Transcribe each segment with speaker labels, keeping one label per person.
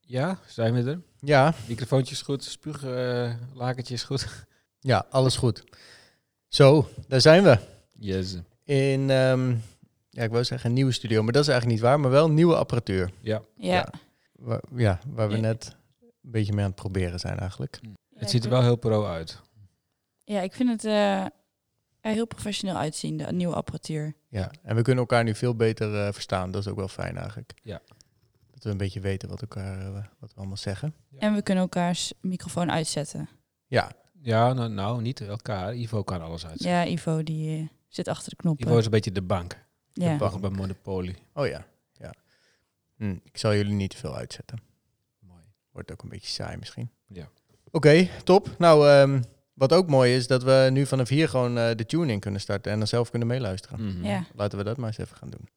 Speaker 1: Ja, zijn we er.
Speaker 2: Ja,
Speaker 1: Microfoontjes goed, spuuglakertje is goed.
Speaker 2: ja, alles goed. Zo, daar zijn we.
Speaker 1: Yes.
Speaker 2: In, ehm, ja, ik wou zeggen een nieuwe studio, maar dat is eigenlijk niet waar, maar wel een nieuwe apparatuur.
Speaker 1: Ja,
Speaker 3: Ja.
Speaker 2: Ja. Waar, ja, waar we
Speaker 1: Ja.
Speaker 2: net een beetje mee aan het proberen zijn eigenlijk.
Speaker 3: Ja,
Speaker 1: het
Speaker 3: ik
Speaker 1: ziet er
Speaker 3: vind-
Speaker 1: wel heel pro uit.
Speaker 3: Ja, ik vind het eh, er heel professioneel uitzien, de nieuwe apparatuur.
Speaker 2: Ja, en we kunnen elkaar nu veel beter eh, verstaan. Dat is ook wel fijn eigenlijk.
Speaker 1: Ja.
Speaker 2: Dat we een beetje weten wat, elkaar, eh, wat we allemaal zeggen.
Speaker 1: Ja.
Speaker 3: En we kunnen elkaars microfoon uitzetten.
Speaker 2: Ja,
Speaker 1: Ja, nou, nou niet elkaar. Ivo kan alles uit.
Speaker 3: Ja, Ivo die eh, zit achter de knoppen.
Speaker 1: Ivo is een beetje de bank.
Speaker 3: ja.
Speaker 2: bank.
Speaker 1: Bank bij Monopoly.
Speaker 2: oh ja. ja. Hm, ik zal jullie niet te veel uitzetten.
Speaker 1: Mooi.
Speaker 2: Wordt ook een beetje saai misschien.
Speaker 1: Ja.
Speaker 2: Oké, top. Nou, ehm, wat ook mooi is, dat we nu vanaf hier gewoon eh, de tuning kunnen starten en dan zelf kunnen meeluisteren.
Speaker 1: Mhm.
Speaker 3: ja.
Speaker 2: Laten we dat maar eens even gaan doen.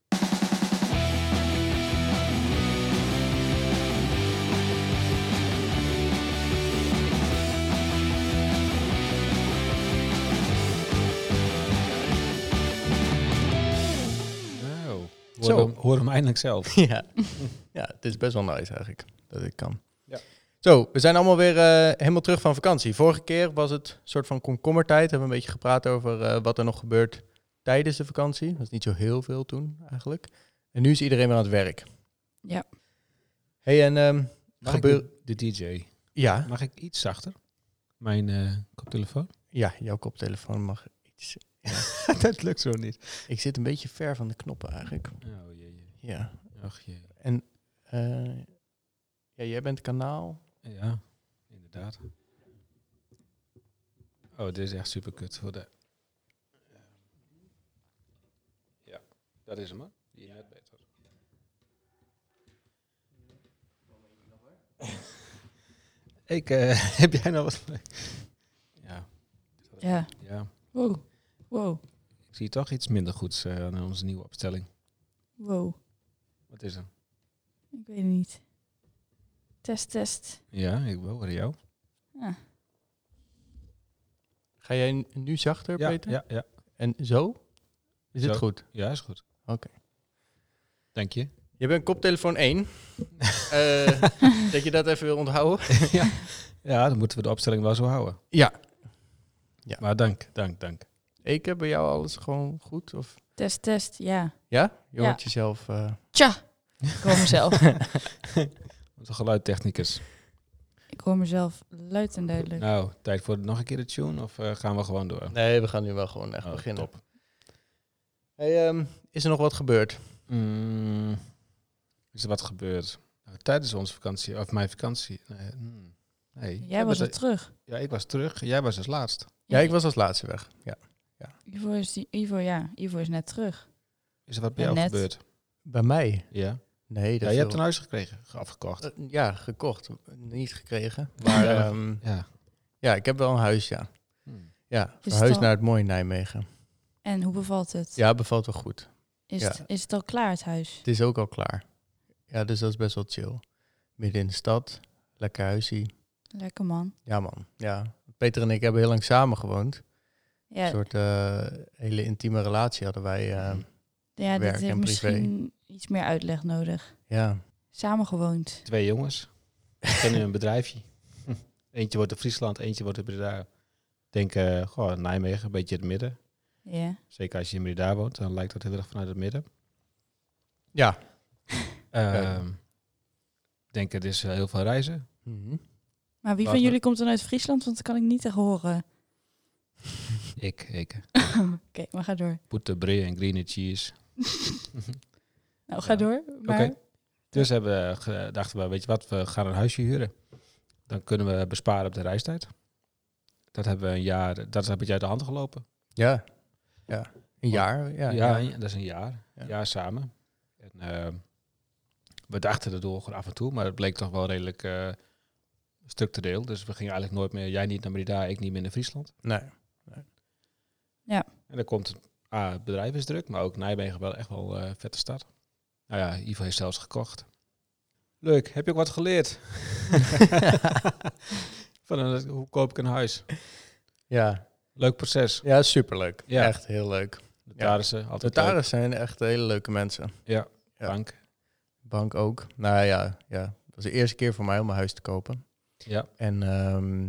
Speaker 1: Nou,
Speaker 2: Zo.
Speaker 1: hoor hem, hoor hem eindelijk zelf.
Speaker 2: ja. ja, het is best wel nice eigenlijk dat ik kan.
Speaker 1: Ja.
Speaker 2: Zo, we zijn allemaal weer eh, helemaal terug van vakantie. Vorige keer was het een soort van komkommertijd. Hebben we een beetje gepraat over eh, wat er nog gebeurt tijdens de vakantie. Dat was niet zo heel veel toen eigenlijk. En nu is iedereen weer aan het werk.
Speaker 3: Ja.
Speaker 2: hey, en ehm,
Speaker 1: Mag
Speaker 2: Gebeur-
Speaker 1: ik de, de DJ?
Speaker 2: ja,
Speaker 1: Mag ik iets zachter? Mijn eh, koptelefoon?
Speaker 2: ja, jouw koptelefoon mag iets.
Speaker 1: dat lukt zo niet.
Speaker 2: Ik zit een beetje ver van de knoppen eigenlijk.
Speaker 1: Oh jee. jee.
Speaker 2: Ja.
Speaker 1: Ach jee.
Speaker 2: En eh, ja, jij bent kanaal.
Speaker 1: Ja, inderdaad. Oh, dit is echt super kut voor de. Ja, dat is hem hoor. Die net beter. Ik, eh, heb jij nog wat? Ja,
Speaker 3: ja.
Speaker 1: ja,
Speaker 3: Wow. Wow.
Speaker 1: ik zie toch iets minder goeds eh, aan onze nieuwe opstelling.
Speaker 3: Wow.
Speaker 1: Wat is er?
Speaker 3: Ik weet het niet. Test, test.
Speaker 1: Ja, ik wil hoor jou.
Speaker 3: Ah.
Speaker 2: Ga jij n- nu zachter,
Speaker 1: Ja,
Speaker 2: Peter?
Speaker 1: ja, ja,
Speaker 2: En zo? Is het
Speaker 1: Zo.
Speaker 2: goed?
Speaker 1: ja, is goed.
Speaker 2: Oké.
Speaker 1: Dank je.
Speaker 2: Je bent koptelefoon 1. Eh, dat je dat even wil onthouden.
Speaker 1: ja. ja, dan moeten we de opstelling wel zo houden.
Speaker 2: Ja.
Speaker 1: Maar dank, dank, dank.
Speaker 2: Ik heb bij jou alles gewoon goed? Of...
Speaker 3: Test, test. Ja.
Speaker 2: Ja? Je
Speaker 3: Ja.
Speaker 2: hoort jezelf. eh,
Speaker 3: Ik hoor mezelf.
Speaker 1: Onze geluidtechnicus.
Speaker 3: ik hoor mezelf luid en duidelijk.
Speaker 1: Nou, tijd voor nog een keer de tune of eh, gaan we gewoon door?
Speaker 2: Nee, we gaan nu wel gewoon echt
Speaker 1: Oh,
Speaker 2: beginnen.
Speaker 1: top.
Speaker 2: Hey, ehm, is er nog wat gebeurd?
Speaker 1: Mm, is er wat gebeurd? Nou, tijdens onze vakantie, of mijn vakantie. Nee. hmm, nee.
Speaker 3: Jij was al
Speaker 1: bent-
Speaker 3: terug.
Speaker 1: Ja, ik was terug. Jij was als laatst.
Speaker 2: Ja, ik was als laatste weg. Ja.
Speaker 3: Ivo is, die, Ivo, ja. Ivo is net terug.
Speaker 1: Is er wat bij
Speaker 3: Ja,
Speaker 1: jou
Speaker 3: net.
Speaker 1: gebeurd?
Speaker 2: Bij mij?
Speaker 1: Ja.
Speaker 2: Nee,
Speaker 1: ja
Speaker 2: dat
Speaker 1: je
Speaker 2: viel-
Speaker 1: hebt een huis gekregen, ge- afgekocht.
Speaker 2: Eh, ja, gekocht. Niet gekregen. Maar
Speaker 1: Ja.
Speaker 2: ehm,
Speaker 1: ja.
Speaker 2: ja, ik heb wel een huis, ja.
Speaker 1: Hmm.
Speaker 2: Ja,
Speaker 3: het
Speaker 2: verhuisd
Speaker 3: al-
Speaker 2: naar het mooie Nijmegen.
Speaker 3: En hoe bevalt het?
Speaker 2: Ja, bevalt wel goed.
Speaker 3: Is,
Speaker 2: ja.
Speaker 3: het is het al klaar, het huis?
Speaker 2: Het is ook al klaar. Ja, dus dat is best wel chill. Midden in de stad, lekker huisje.
Speaker 3: Lekker man.
Speaker 2: Ja, man. Ja. Peter en ik hebben heel lang samen gewoond. Een
Speaker 3: Ja,
Speaker 2: soort eh, hele intieme relatie hadden wij. eh,
Speaker 1: Mhm.
Speaker 3: Ja,
Speaker 2: werk
Speaker 3: dat heeft
Speaker 2: en privé.
Speaker 3: misschien iets meer uitleg nodig.
Speaker 2: Ja.
Speaker 3: Samengewoond.
Speaker 1: Twee jongens. Kennen een bedrijfje. Eentje wordt in Friesland, eentje wordt in Breda. Ik denk, eh, goh, Nijmegen, een beetje het midden.
Speaker 3: Ja.
Speaker 1: Zeker als je in Breda woont, dan lijkt dat heel erg vanuit het midden.
Speaker 2: Ja.
Speaker 1: Ehm, Ik denk, het is eh, heel veel reizen.
Speaker 2: Mhm.
Speaker 3: Maar wie van
Speaker 1: Laten we-
Speaker 3: jullie komt dan uit Friesland? Want dat kan ik niet echt horen.
Speaker 1: Ik, ik.
Speaker 3: Oké, maar ga door.
Speaker 1: Poeterbree en green cheese.
Speaker 3: Nou, ga
Speaker 1: Ja.
Speaker 3: door. Maar
Speaker 1: Oké. Dus hebben we ge- dachten we, weet je wat, we gaan een huisje huren. Dan kunnen we besparen op de reistijd. Dat hebben we een jaar, dat is een beetje uit de hand gelopen.
Speaker 2: Ja. Ja. Een jaar. Ja.
Speaker 1: Ja,
Speaker 2: ja.
Speaker 1: een- dat is een jaar.
Speaker 2: Ja.
Speaker 1: Een jaar samen. En, eh, we dachten dat door gewoon af en toe, maar het bleek toch wel redelijk eh structureel. Dus we gingen eigenlijk nooit meer, jij niet naar Breda, ik niet meer naar Friesland.
Speaker 2: Nee.
Speaker 1: En dan komt A, het bedrijf is druk, maar ook Nijmegen wel echt wel eh vette stad. Nou ja, Ivo heeft zelfs gekocht. Leuk, heb je ook wat geleerd? Van een- hoe koop ik een huis?
Speaker 2: Ja.
Speaker 1: Leuk proces.
Speaker 2: Ja, superleuk.
Speaker 1: Ja.
Speaker 2: Echt heel leuk.
Speaker 1: Notarissen, altijd leuk.
Speaker 2: Notaris zijn echt hele leuke mensen.
Speaker 1: Ja,
Speaker 2: Ja.
Speaker 1: bank.
Speaker 2: Bank ook. Nou ja, ja. was de eerste keer voor mij om een huis te kopen.
Speaker 1: Ja,
Speaker 2: En ehm,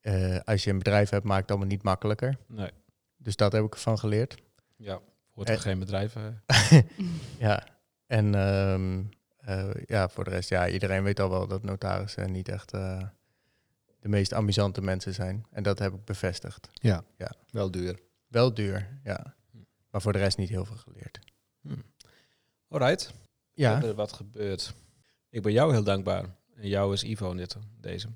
Speaker 2: eh, als je een bedrijf hebt, maakt het allemaal niet makkelijker.
Speaker 1: nee.
Speaker 2: Dus dat heb ik ervan geleerd.
Speaker 1: Ja, hoort
Speaker 2: Eh.
Speaker 1: er geen bedrijf. eh.
Speaker 2: Ja, en ehm, eh, ja, voor de rest, ja, iedereen weet al wel dat notarissen niet echt eh, de meest amusante mensen zijn. En dat heb ik bevestigd.
Speaker 1: Wel duur.
Speaker 2: Wel duur, ja. Maar voor de rest niet heel veel geleerd.
Speaker 1: Alright.
Speaker 2: Ja,
Speaker 1: Er wat gebeurd. Ik ben jou heel dankbaar. En jou is Ivo in dit, deze.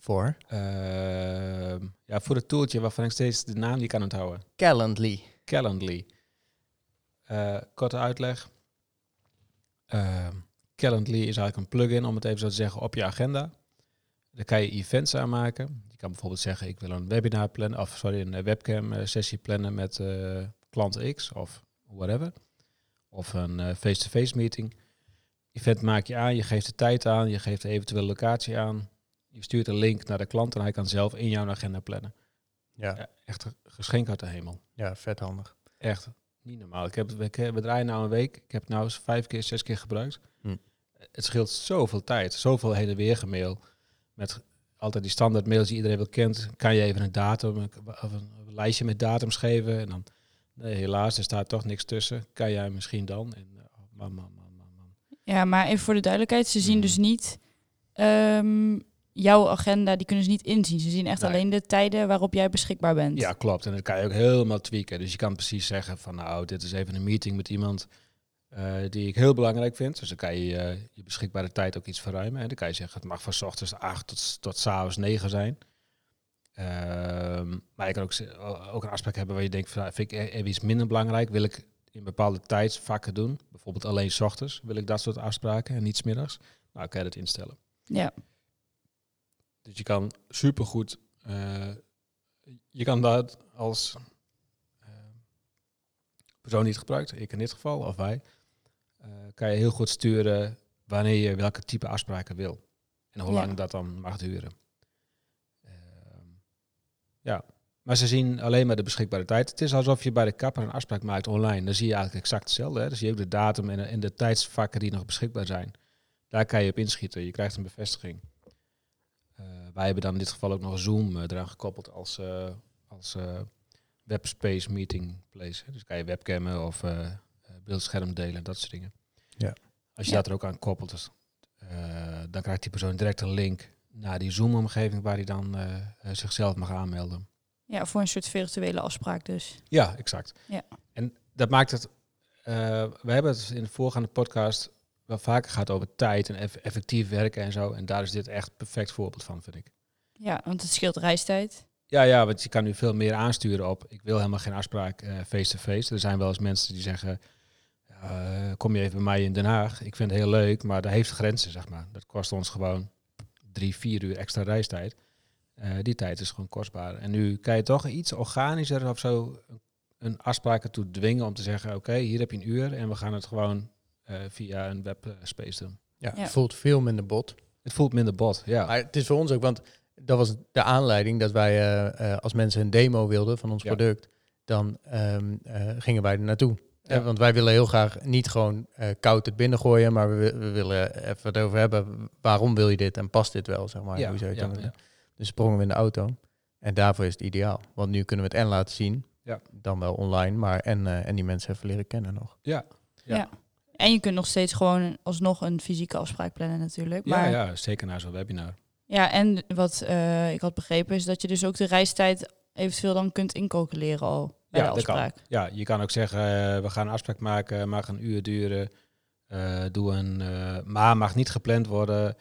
Speaker 2: voor
Speaker 1: Ehm, ja, voor het toeltje waarvan ik steeds de naam niet kan onthouden.
Speaker 2: Calendly.
Speaker 1: Calendly. Eh, korte uitleg. Ehm, Calendly is eigenlijk een plugin, om het even zo te zeggen, op je agenda. Daar kan je events aan maken. Je kan bijvoorbeeld zeggen, ik wil een webinar plannen, of sorry, een eh, webcam eh, sessie plannen met eh, klant X of whatever. Of een eh, face-to-face meeting. Event maak je aan, je geeft de tijd aan, je geeft de eventuele locatie aan. Je stuurt een link naar de klant en hij kan zelf in jouw agenda plannen.
Speaker 2: Ja,
Speaker 1: Ja, echt een geschenk uit de hemel.
Speaker 2: ja, vet handig.
Speaker 1: Echt niet normaal. Ik heb, we, we draaien nou een week. Ik heb het nou eens vijf keer, zes keer gebruikt.
Speaker 2: Hm.
Speaker 1: Het scheelt zoveel tijd. Zoveel heen en weer gemail. Met altijd die standaard mails die iedereen wel kent. Kan je even een datum een- of een lijstje met datums geven. En dan, nee, helaas, er staat toch niks tussen. Kan jij misschien dan? En, eh, oh, man, man, man, man, man.
Speaker 3: Ja, maar even voor de duidelijkheid, ze zien
Speaker 1: Mhm.
Speaker 3: dus niet ehm, jouw agenda, die kunnen ze niet inzien. Ze zien echt
Speaker 1: Nee.
Speaker 3: alleen de tijden waarop jij beschikbaar bent.
Speaker 1: Ja, klopt. En dat kan je ook helemaal tweaken. Dus je kan precies zeggen van nou, dit is even een meeting met iemand eh, die ik heel belangrijk vind. Dus dan kan je eh, je beschikbare tijd ook iets verruimen. En dan kan je zeggen, het mag van 's ochtends 8 tot, s- tot 's avonds 9 zijn. Ehm, maar je kan ook, z- o- ook een afspraak hebben waar je denkt, van, nou, vind ik e- even iets minder belangrijk. Wil ik in bepaalde tijdsvakken doen, bijvoorbeeld alleen 's ochtends, wil ik dat soort afspraken en niet 's middags. Nou, kan je dat instellen.
Speaker 3: Ja.
Speaker 1: Dus je kan supergoed. eh je kan dat als eh, persoon die het gebruikt, ik in dit geval, of wij, eh, kan je heel goed sturen wanneer je welke type afspraken wil. En hoe
Speaker 3: Ja.
Speaker 1: lang dat dan mag duren. Ehm, ja, maar ze zien alleen maar de beschikbare tijd. Het is alsof je bij de kapper een afspraak maakt online. Dan zie je eigenlijk exact hetzelfde. Hè? Dan zie je ook de datum en, en de tijdsvakken die nog beschikbaar zijn. Daar kan je op inschieten. Je krijgt een bevestiging. Eh, wij hebben dan in dit geval ook nog Zoom eh, eraan gekoppeld als, eh, als eh, webspace meeting place. hè. Dus kan je webcammen of eh, eh, beeldscherm delen, dat soort dingen.
Speaker 2: Ja.
Speaker 1: Als je
Speaker 3: Ja.
Speaker 1: dat er ook aan koppelt, dus, eh, dan krijgt die persoon direct een link naar die Zoom-omgeving waar hij dan eh, eh, zichzelf mag aanmelden.
Speaker 3: ja, voor een soort virtuele afspraak dus.
Speaker 1: Ja, exact.
Speaker 3: Ja.
Speaker 1: En dat maakt het. eh, we hebben het in de voorgaande podcast wel vaker gehad over tijd en eff- effectief werken en zo. En daar is dit echt een perfect voorbeeld van, vind ik.
Speaker 3: Ja, want het scheelt reistijd.
Speaker 1: Ja, ja, want je kan nu veel meer aansturen op. Ik wil helemaal geen afspraak eh, face-to-face. Er zijn wel eens mensen die zeggen. eh, kom je even bij mij in Den Haag? Ik vind het heel leuk, maar dat heeft grenzen, zeg maar. Dat kost ons gewoon drie, vier uur extra reistijd. Eh, die tijd is gewoon kostbaar. En nu kan je toch iets organischer of zo een afspraak ertoe dwingen om te zeggen: Oké, hier heb je een uur en we gaan het gewoon eh, via een webspace doen.
Speaker 2: Ja,
Speaker 3: Ja.
Speaker 2: het voelt veel minder bot.
Speaker 1: Het voelt minder bot, ja.
Speaker 2: Maar het is voor ons ook, want dat was de aanleiding dat wij, eh, eh, als mensen een demo wilden van ons
Speaker 1: Ja.
Speaker 2: product, dan ehm, eh, gingen wij er naartoe.
Speaker 1: Ja.
Speaker 2: Eh, want wij willen heel graag niet gewoon eh, koud het binnengooien, maar we, wi- we willen even het over hebben. Waarom wil je dit en past dit wel, zeg maar.
Speaker 1: ja,
Speaker 2: hoe zou je
Speaker 1: ja,
Speaker 2: het dan
Speaker 1: ja.
Speaker 2: willen? Dus sprongen we in de auto. En daarvoor is het ideaal. Want nu kunnen we het en laten zien,
Speaker 1: Ja.
Speaker 2: dan wel online, maar en, eh, en die mensen even leren kennen nog.
Speaker 1: Ja.
Speaker 3: En je kunt nog steeds gewoon alsnog een fysieke afspraak plannen natuurlijk.
Speaker 1: Ja,
Speaker 3: Maar
Speaker 1: ja, zeker na zo'n webinar.
Speaker 3: Ja, en wat eh, ik had begrepen is dat je dus ook de reistijd eventueel dan kunt incalculeren al bij
Speaker 1: Ja,
Speaker 3: de
Speaker 1: dat kan.
Speaker 3: afspraak.
Speaker 1: Ja, je kan ook zeggen, eh, we gaan een afspraak maken, mag een uur duren. eh, doe een, eh, maar mag niet gepland worden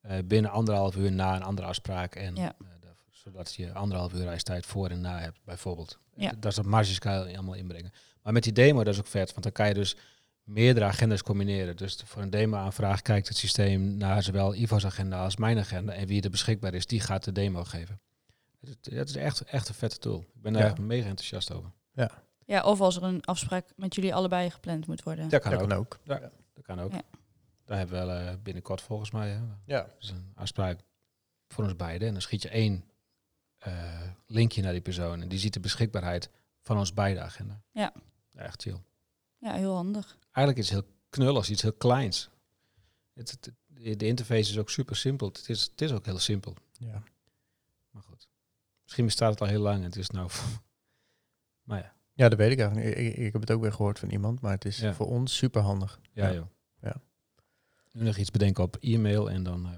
Speaker 1: eh, binnen anderhalf uur na een andere afspraak. En,
Speaker 3: Ja.
Speaker 1: eh, dat- zodat je anderhalf uur reistijd voor en na hebt, bijvoorbeeld.
Speaker 3: Ja.
Speaker 1: Dat soort marges kan je allemaal inbrengen. Maar met die demo, dat is ook vet, want dan kan je dus meerdere agendas combineren. Dus t- voor een demo-aanvraag kijkt het systeem naar zowel Ivo's agenda als mijn agenda. En wie er beschikbaar is, die gaat de demo geven. Het is- Het is echt, echt een vette tool. Ik ben daar
Speaker 2: Ja.
Speaker 1: echt mega enthousiast over.
Speaker 3: Ja, of als er een afspraak met jullie allebei gepland moet worden.
Speaker 1: Dat kan
Speaker 2: dat
Speaker 1: ook.
Speaker 2: kan ook.
Speaker 1: Dat kan ook.
Speaker 3: Ja.
Speaker 1: Daar hebben we wel, eh, binnenkort volgens mij. Hè.
Speaker 2: Ja.
Speaker 1: Dat is een afspraak voor ons beiden. En dan schiet je één eh, linkje naar die persoon. En die ziet de beschikbaarheid van ons beide agenda.
Speaker 3: Ja.
Speaker 1: Echt chill.
Speaker 3: Ja, heel handig.
Speaker 1: Eigenlijk iets heel knulligs, iets heel kleins. Het, het, het- de de interface is ook super simpel. Het is, het is ook heel simpel.
Speaker 2: Ja.
Speaker 1: Maar goed. Misschien bestaat het al heel lang en het is nou... maar ja,
Speaker 2: ja, dat weet ik eigenlijk. niet. Ik, ik- ik heb het ook weer gehoord van iemand, maar het is
Speaker 1: Ja.
Speaker 2: voor ons super handig.
Speaker 1: ja,
Speaker 2: Ja.
Speaker 1: joh.
Speaker 2: Ja.
Speaker 1: Nu nog iets bedenken op e-mail en dan... eh,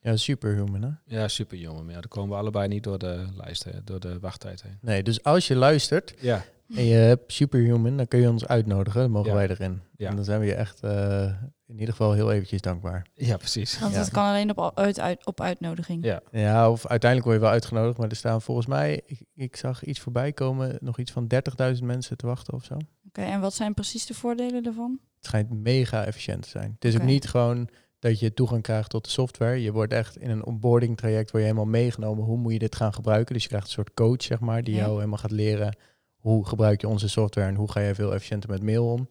Speaker 2: Ja, superhuman hè?
Speaker 1: ja, super jongen. Maar ja, dan komen we allebei niet door de lijst, hè, door de wachttijd heen.
Speaker 2: Nee, dus als je luistert
Speaker 1: Ja,
Speaker 2: en je hebt superhuman, dan kun je ons uitnodigen. Dan mogen
Speaker 1: Ja.
Speaker 2: wij erin.
Speaker 1: Ja.
Speaker 2: En dan zijn we je echt eh, in ieder geval heel eventjes dankbaar.
Speaker 1: ja precies.
Speaker 3: Want
Speaker 2: Ja.
Speaker 3: het kan alleen op, al- uit, uit- op uitnodiging.
Speaker 1: Ja.
Speaker 2: Ja, of uiteindelijk word je wel uitgenodigd, maar er staan volgens mij, ik, ik zag iets voorbij komen, nog iets van 30.000 mensen te wachten of zo.
Speaker 3: Oké, en wat zijn precies de voordelen daarvan?
Speaker 2: Het schijnt mega efficiënt te zijn. Het is ook
Speaker 3: Oké.
Speaker 2: niet gewoon dat je toegang krijgt tot de software. Je wordt echt in een onboarding traject word je helemaal meegenomen. Hoe moet je dit gaan gebruiken? Dus je krijgt een soort coach, zeg maar, die
Speaker 3: Ja.
Speaker 2: jou helemaal gaat leren hoe gebruik je onze software en hoe ga je veel efficiënter met mail om.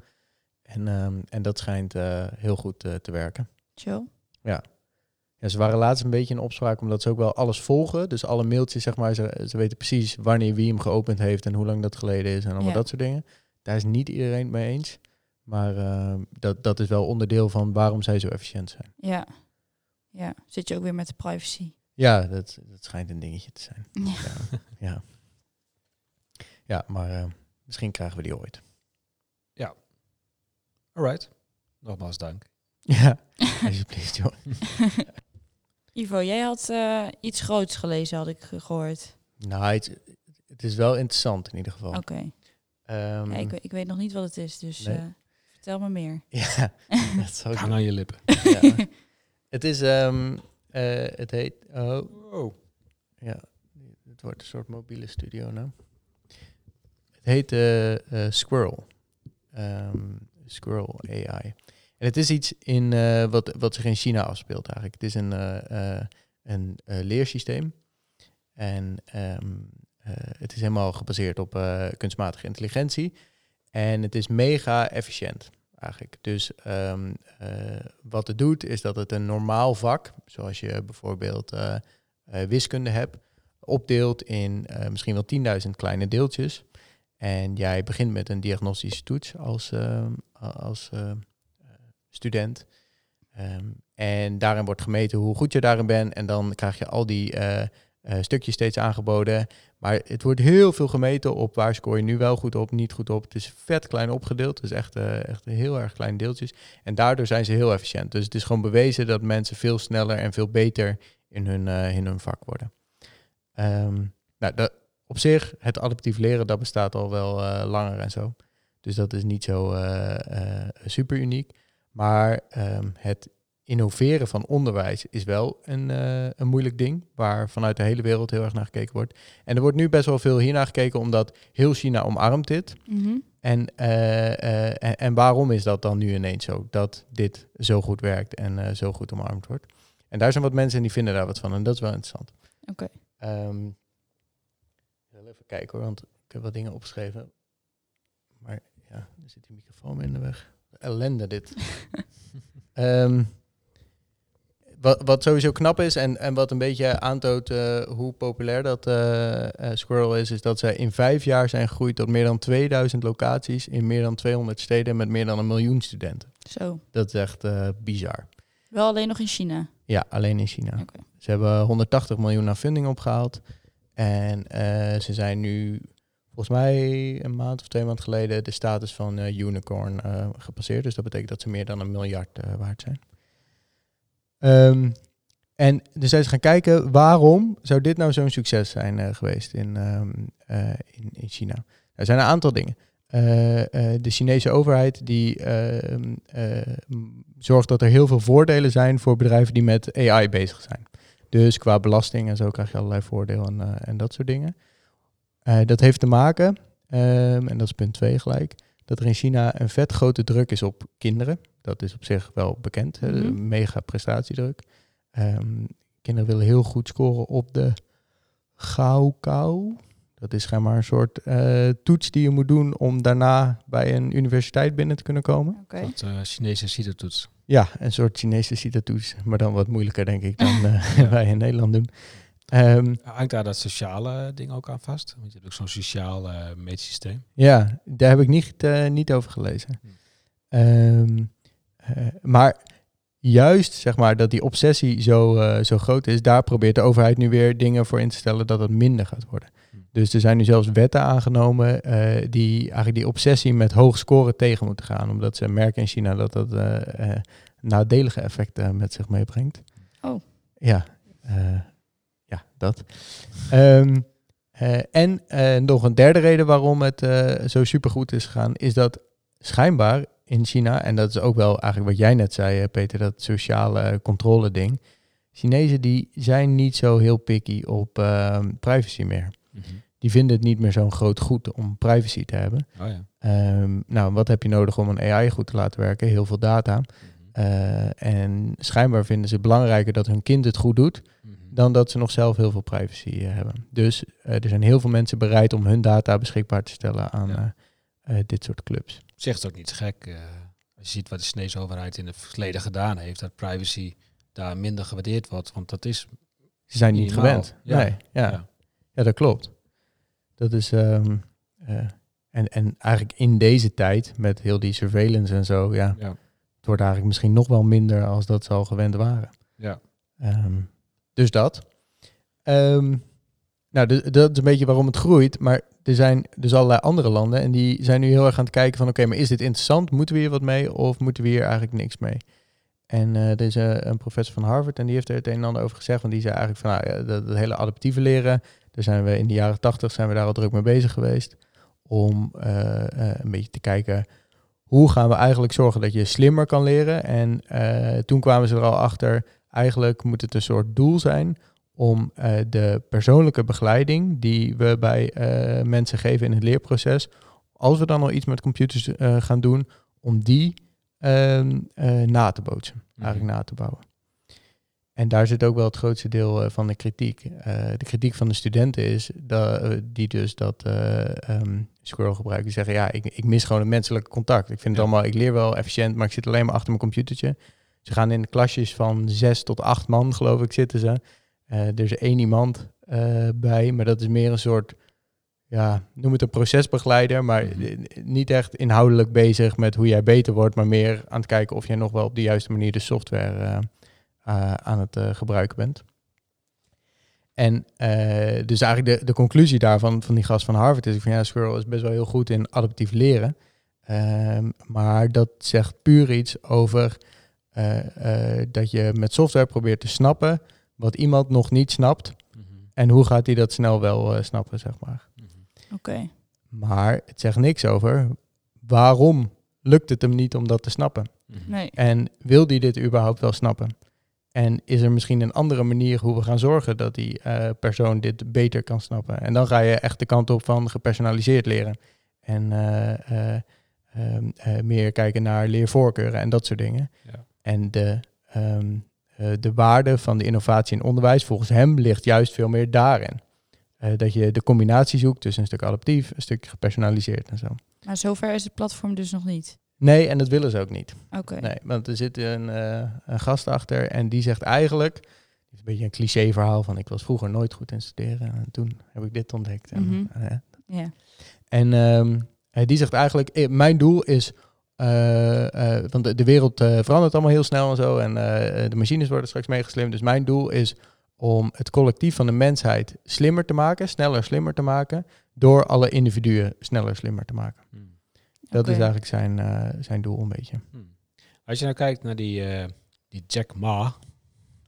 Speaker 2: En, ehm, en dat schijnt eh, heel goed eh, te werken.
Speaker 3: Chill.
Speaker 2: Ja, ze waren laatst een beetje in opspraak omdat ze ook wel alles volgen. Dus alle mailtjes, zeg maar, ze, ze weten precies wanneer wie hem geopend heeft en hoe lang dat geleden is en allemaal
Speaker 3: Ja.
Speaker 2: dat soort dingen. Daar is niet iedereen het mee eens. Maar eh, dat, dat is wel onderdeel van waarom zij zo efficiënt zijn.
Speaker 3: Ja. Ja, zit je ook weer met de privacy.
Speaker 2: Ja, dat, dat schijnt een dingetje te zijn.
Speaker 3: Ja.
Speaker 2: Ja, ja. Ja, maar eh, misschien krijgen we die ooit.
Speaker 1: Alright. Nogmaals dank.
Speaker 2: Ja, alsjeblieft, joh.
Speaker 3: Ivo, jij had eh, iets groots gelezen, had ik ge- gehoord.
Speaker 2: Nou, het, het is wel interessant in ieder geval.
Speaker 3: Oké.
Speaker 2: Ehm,
Speaker 1: Mm-hmm.
Speaker 3: Ja, ik, we- ik weet nog niet wat het is, dus
Speaker 2: Nee.
Speaker 3: eh, vertel me meer.
Speaker 2: ja, dat zal ik
Speaker 1: Hang aan je lippen.
Speaker 2: ja. Het is, ehm, eh, het heet, oh,
Speaker 1: Wow.
Speaker 2: ja, het wordt een soort mobiele studio nou. Het heet eh, eh, Squirrel, Ehm, Squirrel AI. En het is iets in, eh, wat, wat zich in China afspeelt eigenlijk. Het is een, eh, eh, een eh, leersysteem en ehm, eh, het is helemaal gebaseerd op eh, kunstmatige intelligentie. En het is mega efficiënt eigenlijk. Dus ehm, eh, wat het doet is dat het een normaal vak, zoals je bijvoorbeeld eh, eh, wiskunde hebt, opdeelt in eh, misschien wel 10.000 kleine deeltjes. En jij begint met een diagnostische toets als, ehm, a- als ehm, eh, student. Ehm, en daarin wordt gemeten hoe goed je daarin bent. En dan krijg je al die eh, eh, stukjes steeds aangeboden. Maar het wordt heel veel gemeten op waar scoor je nu wel goed op, niet goed op. Het is vet klein opgedeeld. Het is echt, eh, echt heel erg kleine deeltjes. En daardoor zijn ze heel efficiënt. Dus het is gewoon bewezen dat mensen veel sneller en veel beter in hun, eh, in hun vak worden. Ehm, nou, dat, op zich, het adaptief leren, dat bestaat al wel eh, langer en zo. Dus dat is niet zo eh, eh, super uniek. Maar ehm, het innoveren van onderwijs is wel een, eh, een moeilijk ding... waar vanuit de hele wereld heel erg naar gekeken wordt. En er wordt nu best wel veel hiernaar gekeken, omdat heel China omarmt dit.
Speaker 3: Mhm.
Speaker 2: En, eh, eh, en, en waarom is dat dan nu ineens zo, dat dit zo goed werkt en eh, zo goed omarmd wordt? En daar zijn wat mensen en die vinden daar wat van en dat is wel interessant.
Speaker 3: Oké.
Speaker 2: Ehm, ik wil even kijken hoor, want ik heb wat dingen opgeschreven. Maar ja, er zit die microfoon in de weg. Ellende dit. Ehm, wat, wat sowieso knap is en, en wat een beetje aantoont eh, hoe populair dat eh, eh, Squirrel is, is dat zij in vijf jaar zijn gegroeid tot meer dan 2000 locaties in meer dan 200 steden met meer dan een miljoen studenten.
Speaker 3: Zo.
Speaker 2: Dat is echt eh, bizar.
Speaker 3: Wel alleen nog in China.
Speaker 2: Ja, alleen in China.
Speaker 3: Oké.
Speaker 2: Ze hebben 180 miljoen aan funding opgehaald. En eh, ze zijn nu, volgens mij een maand of twee maanden geleden, de status van eh, unicorn eh, gepasseerd. Dus dat betekent dat ze meer dan een miljard eh, waard zijn. Ehm, en dus zijn ze gaan kijken, waarom zou dit nou zo'n succes zijn eh, geweest in, ehm, eh, in, in China? Er zijn een aantal dingen. Eh, eh, de Chinese overheid die ehm, eh, m- zorgt dat er heel veel voordelen zijn voor bedrijven die met AI bezig zijn. Dus qua belasting en zo krijg je allerlei voordelen en, eh, en dat soort dingen. Eh, dat heeft te maken, ehm, en dat is punt 2 gelijk, dat er in China een vet grote druk is op kinderen. Dat is op zich wel bekend, hè, de
Speaker 3: Mhm.
Speaker 2: mega prestatiedruk. Ehm, kinderen willen heel goed scoren op de Gaokao. Dat is schijnbaar een soort eh, toets die je moet doen om daarna bij een universiteit binnen te kunnen komen.
Speaker 3: Oké.
Speaker 1: Dat eh, Chinese CITO-toets.
Speaker 2: Ja, een soort Chinese CITA-toets, maar dan wat moeilijker denk ik dan eh,
Speaker 1: Ja.
Speaker 2: wij in Nederland doen. Ehm,
Speaker 1: Hangt daar dat sociale ding ook aan vast? Want je hebt ook zo'n sociaal eh, meetsysteem.
Speaker 2: ja, daar heb ik niet, eh, niet over gelezen.
Speaker 1: Hm.
Speaker 2: Ehm, eh, maar juist zeg maar, dat die obsessie zo, eh, zo groot is, daar probeert de overheid nu weer dingen voor in te stellen dat het minder gaat worden. Dus er zijn nu zelfs wetten aangenomen eh, die eigenlijk die obsessie met hoog scoren tegen moeten gaan. Omdat ze merken in China dat dat eh, eh, nadelige effecten met zich meebrengt.
Speaker 3: Oh.
Speaker 2: Ja, eh, ja dat. Ehm, eh, en eh, nog een derde reden waarom het eh, zo supergoed is gegaan, is dat schijnbaar in China, en dat is ook wel eigenlijk wat jij net zei, eh, Peter, dat sociale eh, controle ding. Chinezen die zijn niet zo heel picky op ehm, privacy meer
Speaker 1: Mhm.
Speaker 2: die vinden het niet meer zo'n groot goed om privacy te hebben.
Speaker 1: Oh ja.
Speaker 2: Ehm, nou, wat heb je nodig om een AI goed te laten werken? Heel veel data. Eh, en schijnbaar vinden ze het belangrijker dat hun kind het goed doet
Speaker 1: Mhm.
Speaker 2: dan dat ze nog zelf heel veel privacy eh, hebben. Dus eh, er zijn heel veel mensen bereid om hun data beschikbaar te stellen aan
Speaker 1: Ja.
Speaker 2: eh, eh, dit soort clubs.
Speaker 1: Op zich is het ook niet gek. eh, als je ziet wat de Chinese overheid in het verleden gedaan heeft, dat privacy daar minder gewaardeerd wordt. Want dat is.
Speaker 2: Ze zijn niet
Speaker 1: Minimaal.
Speaker 2: gewend.
Speaker 1: Ja.
Speaker 2: Nee, ja.
Speaker 1: Ja.
Speaker 2: Ja. dat klopt. Dat is. ehm, eh, en, en eigenlijk in deze tijd, met heel die surveillance en zo, ja,
Speaker 1: Ja.
Speaker 2: het wordt eigenlijk misschien nog wel minder als dat ze al gewend waren.
Speaker 1: Ja.
Speaker 2: Ehm, dus dat. Ehm, nou, dus dat is een beetje waarom het groeit. Maar er zijn dus allerlei andere landen en die zijn nu heel erg aan het kijken van... oké, maar is dit interessant? Moeten we hier wat mee of moeten we hier eigenlijk niks mee? En eh, er is eh, een professor van Harvard en die heeft er het een en ander over gezegd. Want die zei eigenlijk van, nou, ja, dat, dat hele adaptieve leren... daar zijn we in de jaren tachtig zijn we daar al druk mee bezig geweest... om eh, eh, een beetje te kijken... hoe gaan we eigenlijk zorgen dat je slimmer kan leren? En eh, toen kwamen ze er al achter eigenlijk moet het een soort doel zijn om eh, de persoonlijke begeleiding die we bij eh, mensen geven in het leerproces, als we dan al iets met computers eh, gaan doen, om die ehm, eh, na te bootsen,
Speaker 1: Mhm.
Speaker 2: eigenlijk na te bouwen. En daar zit ook wel het grootste deel eh, van de kritiek. Eh, de kritiek van de studenten is dat, eh, die dus dat eh ehm, Squirrel gebruiken. Die zeggen, ja, ik, ik mis gewoon het menselijke contact. Ik vind het
Speaker 1: Ja.
Speaker 2: allemaal, ik leer wel efficiënt, maar ik zit alleen maar achter mijn computertje. Ze gaan in de klasjes van zes tot acht man, geloof ik, zitten ze. Eh, er is één iemand eh, bij, maar dat is meer een soort, ja, noem het een procesbegeleider, maar
Speaker 1: Mhm.
Speaker 2: eh, niet echt inhoudelijk bezig met hoe jij beter wordt, maar meer aan het kijken of jij nog wel op de juiste manier de software eh, eh, aan het eh, gebruiken bent. En eh, dus eigenlijk de, de conclusie daarvan, van die gast van Harvard, is van ja, Squirrel is best wel heel goed in adaptief leren. Ehm, maar dat zegt puur iets over eh, eh, dat je met software probeert te snappen wat iemand nog niet snapt.
Speaker 1: Mhm.
Speaker 2: En hoe gaat hij dat snel wel eh, snappen, zeg maar.
Speaker 1: Mhm.
Speaker 3: Oké.
Speaker 2: Maar het zegt niks over waarom lukt het hem niet om dat te snappen.
Speaker 1: Mhm.
Speaker 3: Nee.
Speaker 2: En wil die dit überhaupt wel snappen? En is er misschien een andere manier hoe we gaan zorgen dat die eh, persoon dit beter kan snappen? En dan ga je echt de kant op van gepersonaliseerd leren. En eh, eh, ehm, eh, meer kijken naar leervoorkeuren en dat soort dingen.
Speaker 1: Ja.
Speaker 2: En de, ehm, eh, de waarde van de innovatie in onderwijs volgens hem ligt juist veel meer daarin. Eh, dat je de combinatie zoekt tussen een stuk adaptief, een stuk gepersonaliseerd en zo.
Speaker 3: Maar zover is het platform dus nog niet.
Speaker 2: Nee, en dat willen ze ook niet.
Speaker 3: Oké.
Speaker 2: Nee, want er zit een, eh, een gast achter en die zegt eigenlijk... Het is een beetje een cliché verhaal van ik was vroeger nooit goed in studeren en toen heb ik dit ontdekt. En,
Speaker 3: Mhm.
Speaker 2: eh,
Speaker 3: Ja.
Speaker 2: en ehm, eh, die zegt eigenlijk, eh, mijn doel is... eh, eh, want de, de wereld eh, verandert allemaal heel snel en zo en eh, de machines worden straks meegeslimd. Dus mijn doel is om het collectief van de mensheid slimmer te maken, sneller slimmer te maken... door alle individuen sneller slimmer te maken.
Speaker 1: Mhm.
Speaker 2: Dat
Speaker 3: Oké.
Speaker 2: is eigenlijk zijn, eh, zijn doel een beetje.
Speaker 1: Hmm. Als je nou kijkt naar die, eh, die Jack Ma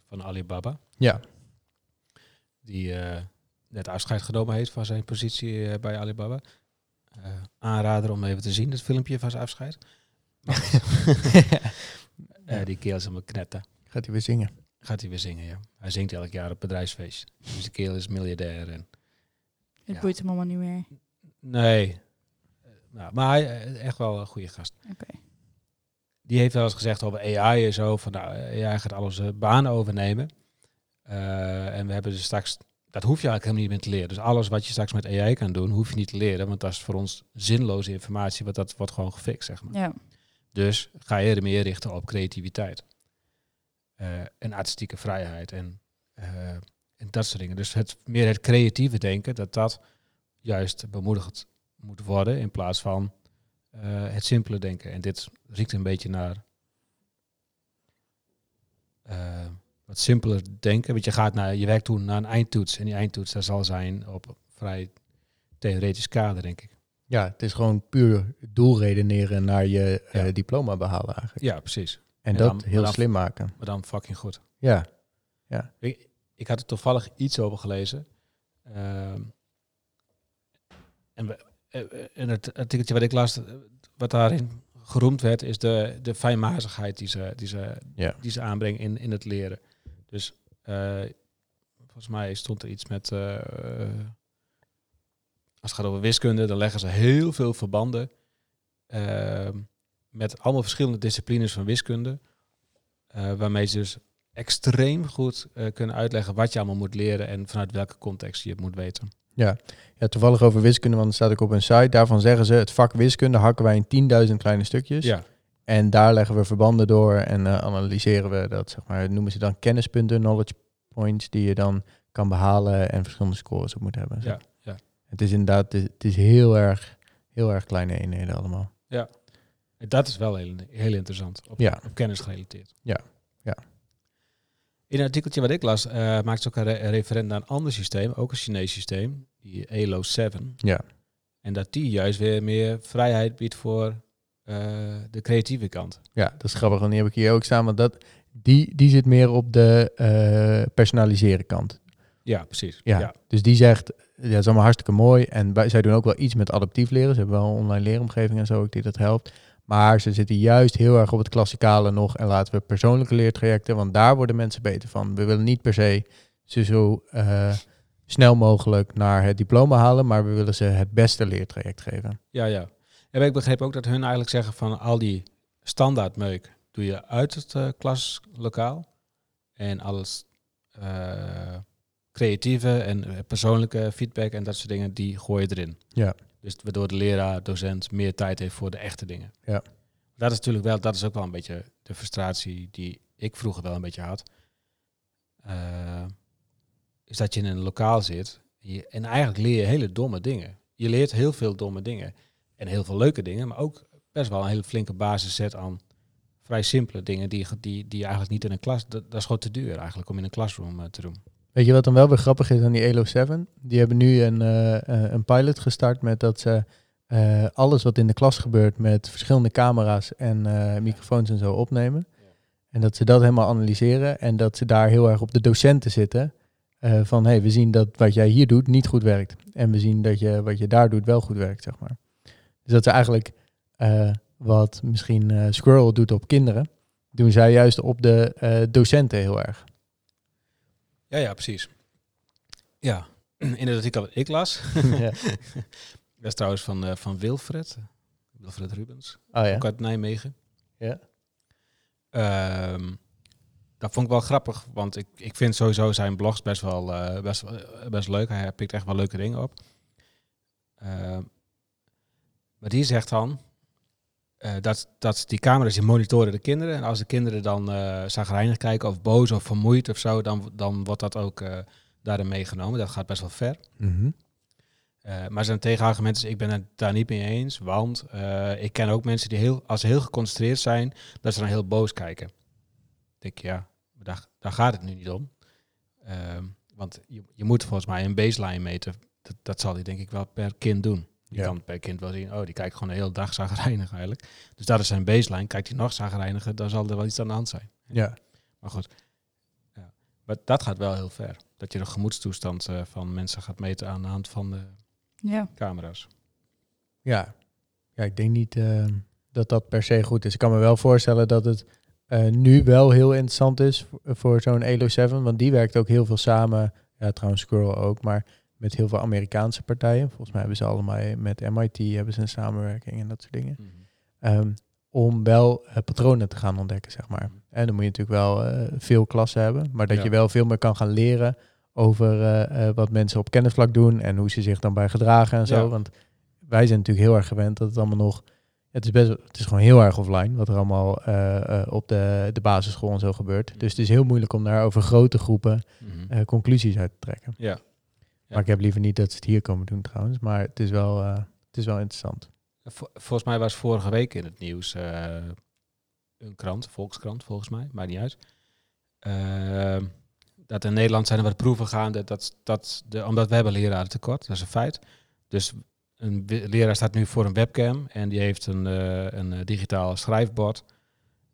Speaker 1: van Alibaba,
Speaker 2: Ja.
Speaker 1: die eh, net afscheid genomen heeft van zijn positie eh, bij Alibaba. Eh, aanrader om even te zien, het filmpje van zijn afscheid. Maar goed. Eh, die keel is helemaal knetter.
Speaker 2: Gaat hij weer zingen.
Speaker 1: Gaat hij weer zingen, ja. Hij zingt elk jaar op bedrijfsfeest. Dus die keel is miljardair. En...
Speaker 3: Het
Speaker 1: Ja.
Speaker 3: boeit hem allemaal niet meer.
Speaker 1: Nee. Eh, nou, maar hij, eh, echt wel een goede gast.
Speaker 3: Oké.
Speaker 1: die heeft wel eens gezegd over AI en zo, van nou, AI gaat alles onze banen overnemen. Eh, en we hebben dus straks, dat hoef je eigenlijk helemaal niet meer te leren. Dus alles wat je straks met AI kan doen, hoef je niet te leren, want dat is voor ons zinloze informatie, want dat wordt gewoon gefixt, zeg maar.
Speaker 3: Ja.
Speaker 1: Dus ga je er meer richten op creativiteit Eh, en artistieke vrijheid en, eh, en dat soort dingen. Dus het, meer het creatieve denken, dat dat juist bemoedigd moet worden in plaats van eh, het simpele denken. En dit riekt een beetje naar eh, wat simpeler denken. Want je gaat naar, je werkt toen naar een eindtoets. En die eindtoets, daar zal zijn op een vrij theoretisch kader, denk ik.
Speaker 2: Ja, het is gewoon puur doelredeneren naar je eh,
Speaker 1: Ja.
Speaker 2: diploma behalen eigenlijk.
Speaker 1: Ja, precies.
Speaker 2: En,
Speaker 1: En
Speaker 2: dat
Speaker 1: dan-
Speaker 2: heel
Speaker 1: dan-
Speaker 2: slim maken.
Speaker 1: Maar dan fucking goed.
Speaker 2: Ja,
Speaker 1: Ik, ik had er toevallig iets over gelezen. Ehm, en, we- eh, en het artikeltje wat ik las, eh, wat daarin geroemd werd, is de, de fijnmazigheid die ze, die ze,
Speaker 2: Ja.
Speaker 1: die ze aanbrengen in, in het leren. Dus eh, volgens mij stond er iets met. eh, als het gaat over wiskunde, dan leggen ze heel veel verbanden ehm, met allemaal verschillende disciplines van wiskunde. eh, waarmee ze dus extreem goed eh, kunnen uitleggen wat je allemaal moet leren en vanuit welke context je het moet weten.
Speaker 2: ja, toevallig over wiskunde, want dat staat ook op een site. Daarvan zeggen ze, het vak wiskunde hakken wij in 10.000 kleine stukjes.
Speaker 1: ja,
Speaker 2: En daar leggen we verbanden door en eh, analyseren we dat, zeg maar, noemen ze dan kennispunten, knowledge points, die je dan kan behalen en verschillende scores op moet hebben.
Speaker 1: ja, ja.
Speaker 2: Het is inderdaad, het is- het is heel erg, heel erg kleine eenheden allemaal.
Speaker 1: Dat is wel heel, heel interessant, op,
Speaker 2: Ja.
Speaker 1: op kennis gerelateerd.
Speaker 2: Ja, ja.
Speaker 1: In een artikeltje wat ik las, eh, maakt ze ook een re- een referent naar een ander systeem, ook een Chinees systeem, die ELO 7.
Speaker 2: Ja.
Speaker 1: En dat die juist weer meer vrijheid biedt voor eh, de creatieve kant.
Speaker 2: Ja, dat is grappig, want die heb ik hier ook staan, want dat, die, die zit meer op de eh, personaliseren kant.
Speaker 1: Ja, precies.
Speaker 2: Ja. Dus die zegt, ja, dat is allemaal hartstikke mooi. En wij, zij doen ook wel iets met adaptief leren. Ze hebben wel een online leeromgeving en zo ook die dat helpt. Maar ze zitten juist heel erg op het klassikale nog. En laten we persoonlijke leertrajecten, want daar worden mensen beter van. We willen niet per se ze zo eh, snel mogelijk naar het diploma halen, maar we willen ze het beste leertraject geven.
Speaker 1: Ja, ja. En ik begreep ook dat hun eigenlijk zeggen van al die standaard meuk doe je uit het eh, klaslokaal. En alles eh, creatieve en eh, persoonlijke feedback en dat soort dingen, die gooi je erin.
Speaker 2: Ja.
Speaker 1: Dus waardoor de leraar, docent meer tijd heeft voor de echte dingen.
Speaker 2: Ja.
Speaker 1: Dat is natuurlijk wel, dat is ook wel een beetje de frustratie die ik vroeger wel een beetje had. Eh, is dat je in een lokaal zit je- en eigenlijk leer je hele domme dingen. Je leert heel veel domme dingen en heel veel leuke dingen, maar ook best wel een hele flinke basis zet aan vrij simpele dingen die, ge- die, die je eigenlijk niet in een klas... Dat, dat is gewoon te duur eigenlijk om in een classroom eh, te doen.
Speaker 2: Weet je wat dan wel weer grappig is aan die ELO 7? Die hebben nu een, eh, eh, een pilot gestart met dat ze eh, alles wat in de klas gebeurt met verschillende camera's en eh, microfoons en zo opnemen.
Speaker 1: Ja.
Speaker 2: En dat ze dat helemaal analyseren en dat ze daar heel erg op de docenten zitten. eh, van hé, hey, we zien dat wat jij hier doet niet goed werkt. En we zien dat je wat je daar doet wel goed werkt, zeg maar. Dus dat ze eigenlijk eh, wat misschien eh, Squirrel doet op kinderen, doen zij juist op de eh, docenten heel erg.
Speaker 1: Ja, ja, precies. Ja, in het artikel wat ik las,
Speaker 2: ja.
Speaker 1: dat is trouwens van, eh, van Wilfred, Wilfred Rubens.
Speaker 2: Oh ja.
Speaker 1: ook uit Nijmegen.
Speaker 2: Ja.
Speaker 1: Ehm, dat vond ik wel grappig, want ik, ik vind sowieso zijn blogs best wel eh, best, eh, best leuk. Hij pikt echt wel leuke dingen op. Ehm, maar die zegt dan eh, dat, dat die camera's die monitoren de kinderen. En als de kinderen dan eh zagrijnig kijken of boos of vermoeid of zo, dan, dan wordt dat ook eh, daarin meegenomen. Dat gaat best wel ver.
Speaker 2: Mhm.
Speaker 1: Eh, maar zijn tegenargument is, ik ben het daar niet mee eens. Want eh, ik ken ook mensen die heel, als ze heel geconcentreerd zijn, dat ze dan heel boos kijken. Ik denk, ja, maar daar, daar gaat het nu niet om. Ehm, want je, je moet volgens mij een baseline meten. Dat, dat zal hij denk ik wel per kind doen. Je
Speaker 2: Ja.
Speaker 1: kan per kind wel zien, oh, die kijkt gewoon de hele dag zagrijnig eigenlijk. Dus dat is zijn baseline. Kijkt hij nog zagrijniger, dan zal er wel iets aan de hand zijn.
Speaker 2: Ja,
Speaker 1: Maar goed, ja. maar dat gaat wel heel ver. Dat je de gemoedstoestand eh, van mensen gaat meten aan de hand van de
Speaker 3: Ja.
Speaker 1: camera's.
Speaker 2: ja. ja ik denk niet eh, dat dat per se goed is. Ik kan me wel voorstellen dat het eh, nu wel heel interessant is voor, voor zo'n Elo 7, want die werkt ook heel veel samen. Ja, trouwens, Squirrel ook, maar met heel veel Amerikaanse partijen. Volgens mij hebben ze allemaal met MIT hebben ze een samenwerking en dat soort dingen. Ehm, om wel eh, patronen te gaan ontdekken, zeg maar. En dan moet je natuurlijk wel eh, veel klassen hebben, maar dat
Speaker 1: Ja.
Speaker 2: je wel veel meer kan gaan leren over eh, eh, wat mensen op kennisvlak doen en hoe ze zich dan bij gedragen en zo.
Speaker 1: Ja.
Speaker 2: Want wij zijn natuurlijk heel erg gewend dat het allemaal nog. Het is, best, het is gewoon heel erg offline wat er allemaal eh, eh, op de, de basisschool en zo gebeurt. Dus het is heel moeilijk om daar over grote groepen
Speaker 1: Mhm.
Speaker 2: eh, conclusies uit te trekken.
Speaker 1: Ja. Ja.
Speaker 2: Maar ik heb liever niet dat ze het hier komen doen trouwens, maar het is wel, eh, het is wel interessant.
Speaker 1: Vo- volgens mij was vorige week in het nieuws eh, een krant, Volkskrant volgens mij, maakt niet uit. eh, dat in Nederland zijn er wat proeven gaande, dat, dat de, omdat we hebben leraren tekort, dat is een feit. Dus een we- leraar staat nu voor een webcam en die heeft een, eh, een eh, digitaal schrijfbord.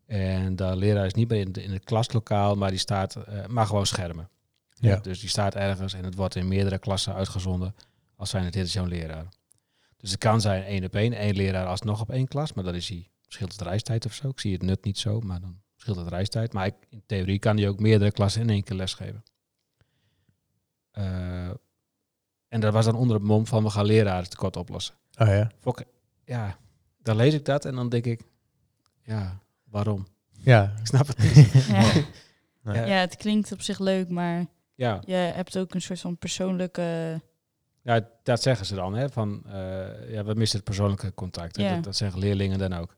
Speaker 1: En de leraar is niet meer in, de- in het klaslokaal, maar die staat, eh, maar gewoon schermen.
Speaker 2: Ja.
Speaker 1: Dus die staat ergens en het wordt in meerdere klassen uitgezonden als zijn het dit is jouw leraar. Dus het kan zijn één op één, één leraar alsnog op één klas, maar dan is hij, scheelt het reistijd of zo. Ik zie het nut niet zo, maar dan scheelt het reistijd. Maar ik- in theorie kan hij ook meerdere klassen in één keer lesgeven. Eh, en dat was dan onder het mom van we gaan leraren tekort oplossen.
Speaker 2: Oh ja.
Speaker 1: Fok, ja, dan lees ik dat en dan denk ik, ja, waarom?
Speaker 2: Ja.
Speaker 1: Ik snap het niet.
Speaker 3: Ja.
Speaker 2: Nee.
Speaker 1: Ja.
Speaker 3: ja, het klinkt op zich leuk, maar
Speaker 1: ja,
Speaker 3: je hebt ook een soort van persoonlijke...
Speaker 1: Ja, dat zeggen ze dan, hè? Van, eh, ja, we missen het persoonlijke contact. hè.
Speaker 3: Ja.
Speaker 1: Dat, dat zeggen leerlingen dan ook.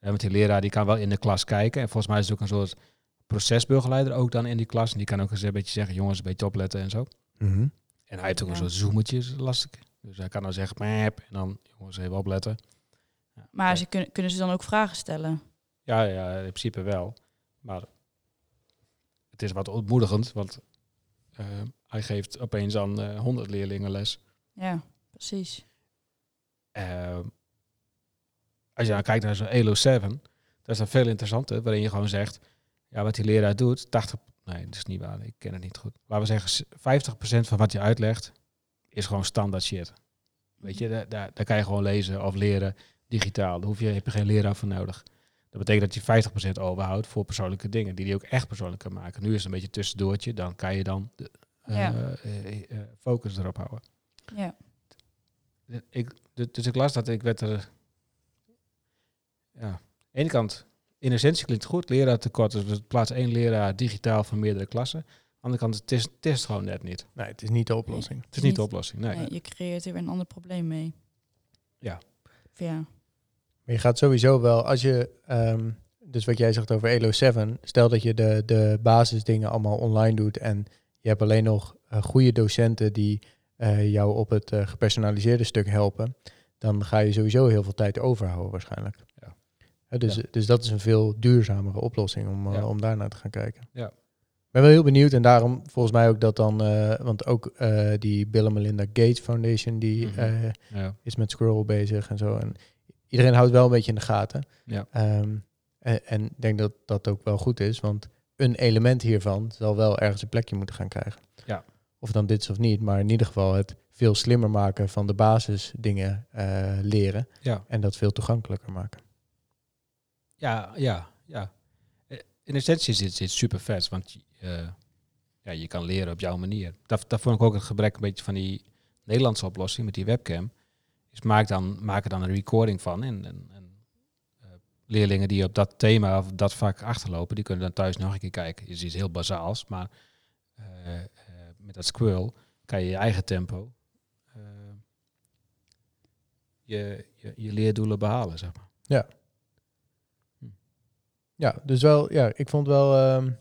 Speaker 1: Ja, want die leraar die kan wel in de klas kijken. En volgens mij is het ook een soort procesbegeleider ook dan in die klas. En die kan ook eens een beetje zeggen, jongens, een beetje opletten en zo.
Speaker 2: Mhm.
Speaker 1: En hij heeft ook een
Speaker 3: Ja.
Speaker 1: soort zoometjes, lastig. Dus hij kan dan zeggen, map, en dan, jongens, even opletten. Ja,
Speaker 3: Maar
Speaker 1: ja.
Speaker 3: ze kunnen, kunnen ze dan ook vragen stellen?
Speaker 1: Ja, ja, in principe wel. Maar het is wat ontmoedigend, want eh, hij geeft opeens aan eh 100 leerlingen les.
Speaker 3: Ja, precies.
Speaker 1: Ehm, als je dan kijkt naar zo'n ELO 7, dat is dan veel interessanter, waarin je gewoon zegt, ja, wat die leraar doet, 80, nee, dat is niet waar, ik ken het niet goed. Laten we zeggen, s- 50% van wat je uitlegt is gewoon standaard shit. Weet je, daar, daar, daar kan je gewoon lezen of leren digitaal. Daar hoef je, heb je geen leraar voor nodig. Dat betekent dat je 50% overhoudt voor persoonlijke dingen, die die ook echt persoonlijk kan maken. Nu is het een beetje tussendoortje, dan kan je dan de, eh,
Speaker 3: Ja.
Speaker 1: eh, eh, focus erop houden.
Speaker 3: Ja.
Speaker 1: Ik, du- dus ik las dat, ik werd er... Ja, aan de ene kant, in essentie klinkt het goed, leraar tekort. Dus we plaatsen één leraar digitaal voor meerdere klassen. Aan de andere kant, het is, het is het gewoon net niet. Het
Speaker 2: Nee, het is niet de oplossing.
Speaker 1: is niet de oplossing, nee.
Speaker 3: Nee, je creëert er weer een ander probleem mee.
Speaker 1: Ja.
Speaker 3: Of Ja.
Speaker 2: Maar je gaat sowieso wel, als je, ehm, dus wat jij zegt over Elo 7, stel dat je de, de basisdingen allemaal online doet en je hebt alleen nog eh, goede docenten die eh, jou op het eh, gepersonaliseerde stuk helpen, dan ga je sowieso heel veel tijd overhouden waarschijnlijk.
Speaker 1: Ja.
Speaker 2: Hè, dus,
Speaker 1: Ja.
Speaker 2: dus dat is een veel duurzamere oplossing om, eh,
Speaker 1: Ja.
Speaker 2: om daarnaar te gaan kijken.
Speaker 1: Ja.
Speaker 2: Ik ben wel heel benieuwd en daarom volgens mij ook dat dan, eh, want ook eh, die Bill en Melinda Gates Foundation die
Speaker 1: Mhm.
Speaker 2: eh,
Speaker 1: Ja.
Speaker 2: is met Scroll bezig en zo. En iedereen houdt wel een beetje in de gaten.
Speaker 1: Ja.
Speaker 2: Ehm, en, en ik denk dat dat ook wel goed is, want een element hiervan zal wel ergens een plekje moeten gaan krijgen.
Speaker 1: Ja.
Speaker 2: Of dan dit is of niet, maar in ieder geval het veel slimmer maken van de basisdingen eh, leren
Speaker 1: Ja.
Speaker 2: en dat veel toegankelijker maken.
Speaker 1: Ja, ja, ja. Eh, In essentie is dit, dit super vet, want eh, ja, je kan leren op jouw manier. Dat, dat vond ik ook het gebrek een beetje van die Nederlandse oplossing met die webcam. Is maak, dan, maak er dan een recording van. En, en, en eh, leerlingen die op dat thema of dat vak achterlopen, die kunnen dan thuis nog een keer kijken. Is iets heel bazaals, maar eh, eh, met dat squirrel kan je je eigen tempo eh, je, je, je leerdoelen behalen, zeg maar.
Speaker 2: Ja, dus wel, ja, ik vond wel, ehm,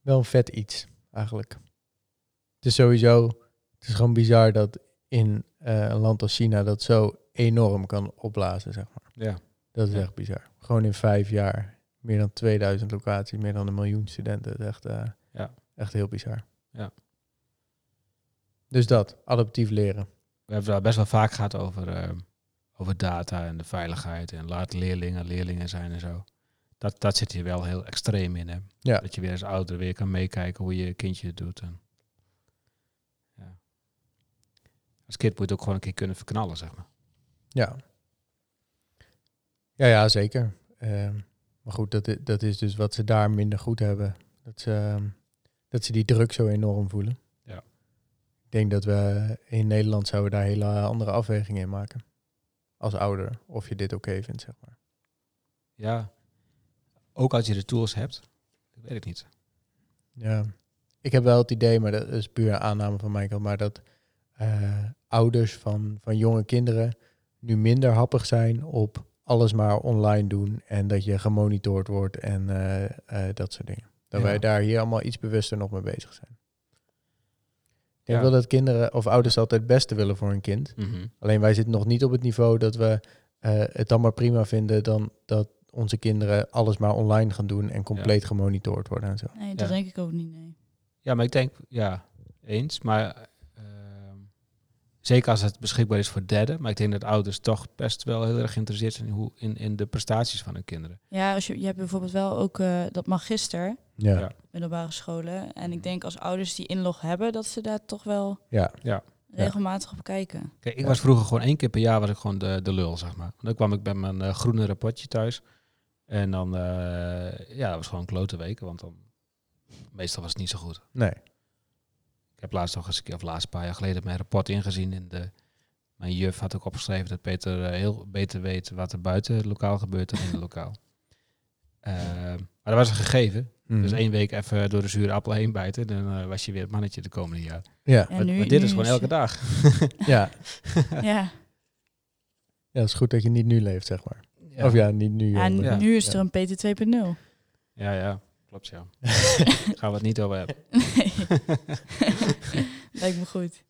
Speaker 2: wel een vet iets eigenlijk. Het is sowieso, het is gewoon bizar dat in eh, een land als China dat zo enorm kan opblazen, zeg maar.
Speaker 1: Ja.
Speaker 2: Dat is
Speaker 1: Ja.
Speaker 2: echt bizar. Gewoon in vijf jaar, meer dan 2000 locaties, meer dan een miljoen studenten. Dat is echt, eh,
Speaker 1: Ja.
Speaker 2: echt heel bizar.
Speaker 1: Ja.
Speaker 2: Dus dat, adaptief leren.
Speaker 1: we hebben het best wel vaak gehad over, eh, over data en de veiligheid en laat leerlingen leerlingen zijn en zo. Dat, dat zit hier wel heel extreem in. Hè?
Speaker 2: Ja.
Speaker 1: Dat je weer als ouder weer kan meekijken hoe je kindje het doet. En, ja. Als kind moet je het ook gewoon een keer kunnen verknallen, zeg maar.
Speaker 2: Ja. Ja, ja, zeker. Ehm, maar goed, dat, i- dat is dus wat ze daar minder goed hebben. Dat ze, ehm, dat ze die druk zo enorm voelen.
Speaker 1: Ja.
Speaker 2: Ik denk dat we in Nederland zouden daar hele andere afwegingen in maken. Als ouder, of je dit oké vindt, zeg maar.
Speaker 1: Ja. Ook als je de tools hebt. Dat weet ik niet.
Speaker 2: Ja. Ik heb wel het idee, maar dat is puur een aanname van mijn kant, maar dat eh, ouders van, van jonge kinderen nu minder happig zijn op alles maar online doen en dat je gemonitord wordt en eh, eh, dat soort dingen. Dat
Speaker 1: Ja.
Speaker 2: wij daar hier allemaal iets bewuster nog mee bezig zijn. Ik denk
Speaker 1: Ja.
Speaker 2: wel dat kinderen of ouders altijd het beste willen voor hun kind. Alleen wij zitten nog niet op het niveau dat we eh, het dan maar prima vinden dan dat onze kinderen alles maar online gaan doen en compleet gemonitord worden en zo.
Speaker 3: Nee, dat
Speaker 1: Ja.
Speaker 3: denk ik ook niet, nee.
Speaker 1: Ja, maar ik denk, ja, eens. Maar ehm, zeker als het beschikbaar is voor derden. Maar ik denk dat ouders toch best wel heel erg geïnteresseerd zijn in, hoe, in, in de prestaties van hun kinderen.
Speaker 3: Ja, als je, je hebt bijvoorbeeld wel ook eh, dat magister,
Speaker 2: Ja.
Speaker 1: Ja.
Speaker 3: middelbare scholen. En
Speaker 1: Mhm.
Speaker 3: ik denk als ouders die inlog hebben, dat ze daar toch wel
Speaker 2: Ja.
Speaker 1: Ja.
Speaker 3: regelmatig op kijken.
Speaker 1: Kijk, ik
Speaker 2: Ja.
Speaker 1: was vroeger gewoon één keer per jaar was ik gewoon de, de lul, zeg maar. Want dan kwam ik bij mijn eh, groene rapportje thuis. En dan, eh, ja, dat was gewoon een klote weken, want dan, meestal was het niet zo goed.
Speaker 2: Nee.
Speaker 1: Ik heb laatst nog eens, een keer- of laatst een paar jaar geleden, mijn rapport ingezien. En de, mijn juf had ook opgeschreven dat Peter eh, heel beter weet wat er buiten het lokaal gebeurt dan in het lokaal. Ehm, maar dat was een gegeven.
Speaker 2: Mm.
Speaker 1: Dus één week even door de zure appel heen bijten. Dan eh, was je weer het mannetje de komende jaar.
Speaker 2: Ja.
Speaker 3: En
Speaker 1: maar,
Speaker 3: nu,
Speaker 1: maar dit
Speaker 3: nu
Speaker 1: is gewoon elke dag.
Speaker 2: Ja.
Speaker 3: Ja.
Speaker 2: ja, het is goed dat je niet nu leeft, zeg maar.
Speaker 1: Ja.
Speaker 2: Of ja, niet nu.
Speaker 3: Ja,
Speaker 2: onder-
Speaker 1: Ja.
Speaker 3: nu is
Speaker 2: Ja.
Speaker 3: er een PT 2.0.
Speaker 1: Ja, ja, klopt ja. Gaan we het niet over hebben.
Speaker 3: Nee. Lijkt me goed.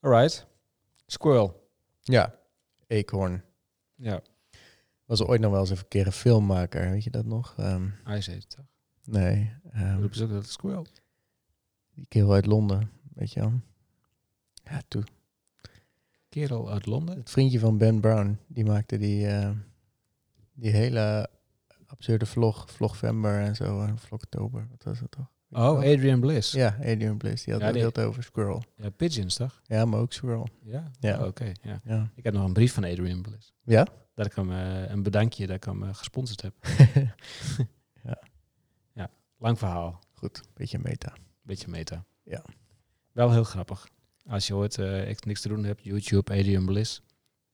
Speaker 1: Alright. Squirrel.
Speaker 2: Ja, Eekhoorn.
Speaker 1: Ja,
Speaker 2: Was er ooit nog wel eens een verkeerde filmmaker, weet je dat nog? Ehm,
Speaker 1: Ice Age, toch?
Speaker 2: nee,
Speaker 1: Um,
Speaker 2: ehm,
Speaker 1: roepen ze ook dat het Squirrel.
Speaker 2: die kerel uit Londen, weet je wel. Ja, toen.
Speaker 1: Kerel uit Londen.
Speaker 2: Het vriendje van Ben Brown, die maakte die, eh, die hele absurde vlog, Vlogvember en zo, en Vlogtober, wat was dat toch? Weet je
Speaker 1: Oh,
Speaker 2: wel?
Speaker 1: Adrian Bliss. Ja.
Speaker 2: Ja, Adrian Bliss, die had
Speaker 1: Ja,
Speaker 2: het
Speaker 1: die-
Speaker 2: heel veel over Squirrel.
Speaker 1: Pigeons, toch?
Speaker 2: Ja, maar ook Squirrel,
Speaker 1: Ja.
Speaker 2: Ja.
Speaker 1: Oh, Oké, ja.
Speaker 2: ja.
Speaker 1: Ik heb nog een brief van Adrian Bliss.
Speaker 2: Ja?
Speaker 1: Dat ik hem eh, een bedankje dat ik hem eh, gesponsord heb. Lang verhaal,
Speaker 2: Goed, beetje meta.
Speaker 1: beetje meta.
Speaker 2: Ja.
Speaker 1: Wel heel grappig. Als je ooit eh, echt niks te doen hebt, YouTube, Adrian Bliss.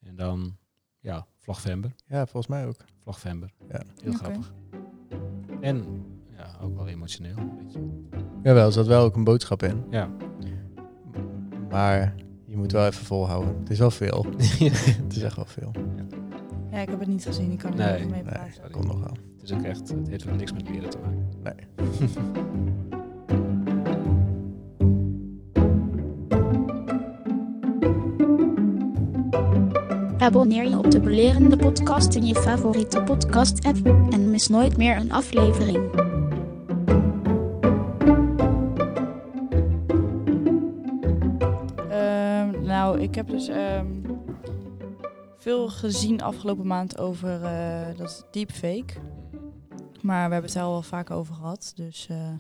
Speaker 1: En dan, ja, Vlogvember.
Speaker 2: Ja, volgens mij ook.
Speaker 1: Vlogvember.
Speaker 2: Ja.
Speaker 1: Heel
Speaker 3: Oké.
Speaker 1: grappig. En ja, ook wel emotioneel. Een beetje.
Speaker 2: Jawel, er zat wel ook een boodschap in.
Speaker 1: Ja.
Speaker 2: Maar je moet wel even volhouden. Het is wel veel. het is echt wel veel.
Speaker 3: Ja, ik heb het niet gezien. Ik kan er
Speaker 1: Nee,
Speaker 3: niet over mee
Speaker 2: nee.
Speaker 3: praten.
Speaker 1: Sorry.
Speaker 2: Komt nog wel.
Speaker 1: Het is ook echt, het heeft ook niks met leren te maken.
Speaker 2: Nee.
Speaker 4: Abonneer je op de Belerende Podcast in je favoriete podcast-app en mis nooit meer een aflevering.
Speaker 3: Ehm, nou, ik heb dus ehm, veel gezien afgelopen maand over eh, dat deepfake. Maar we hebben het daar al wel vaak over gehad. Dus eh,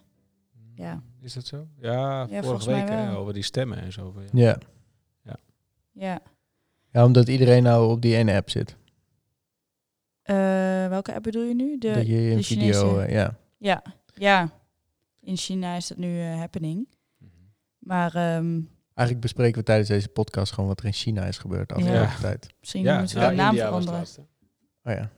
Speaker 3: Ja.
Speaker 1: Is dat zo? Ja,
Speaker 3: volgens
Speaker 1: vorige
Speaker 3: mij
Speaker 1: week hè,
Speaker 3: wel.
Speaker 1: over die stemmen en zo. Ja.
Speaker 2: Ja.
Speaker 3: ja.
Speaker 2: ja, omdat iedereen nou op die ene app zit.
Speaker 3: Eh, welke app bedoel je nu? De,
Speaker 2: dat je een
Speaker 3: de Chinese.
Speaker 2: video... eh, ja.
Speaker 3: Ja, ja. In China is dat nu eh, happening.
Speaker 1: Mhm.
Speaker 3: Maar ehm,
Speaker 2: Eigenlijk bespreken we tijdens deze podcast gewoon wat er in China is gebeurd de afgelopen
Speaker 1: Ja.
Speaker 2: tijd.
Speaker 3: misschien
Speaker 1: Ja,
Speaker 3: moeten we
Speaker 1: ja,
Speaker 3: de naam
Speaker 1: India was het
Speaker 3: veranderen.
Speaker 1: laatste.
Speaker 2: Oh ja.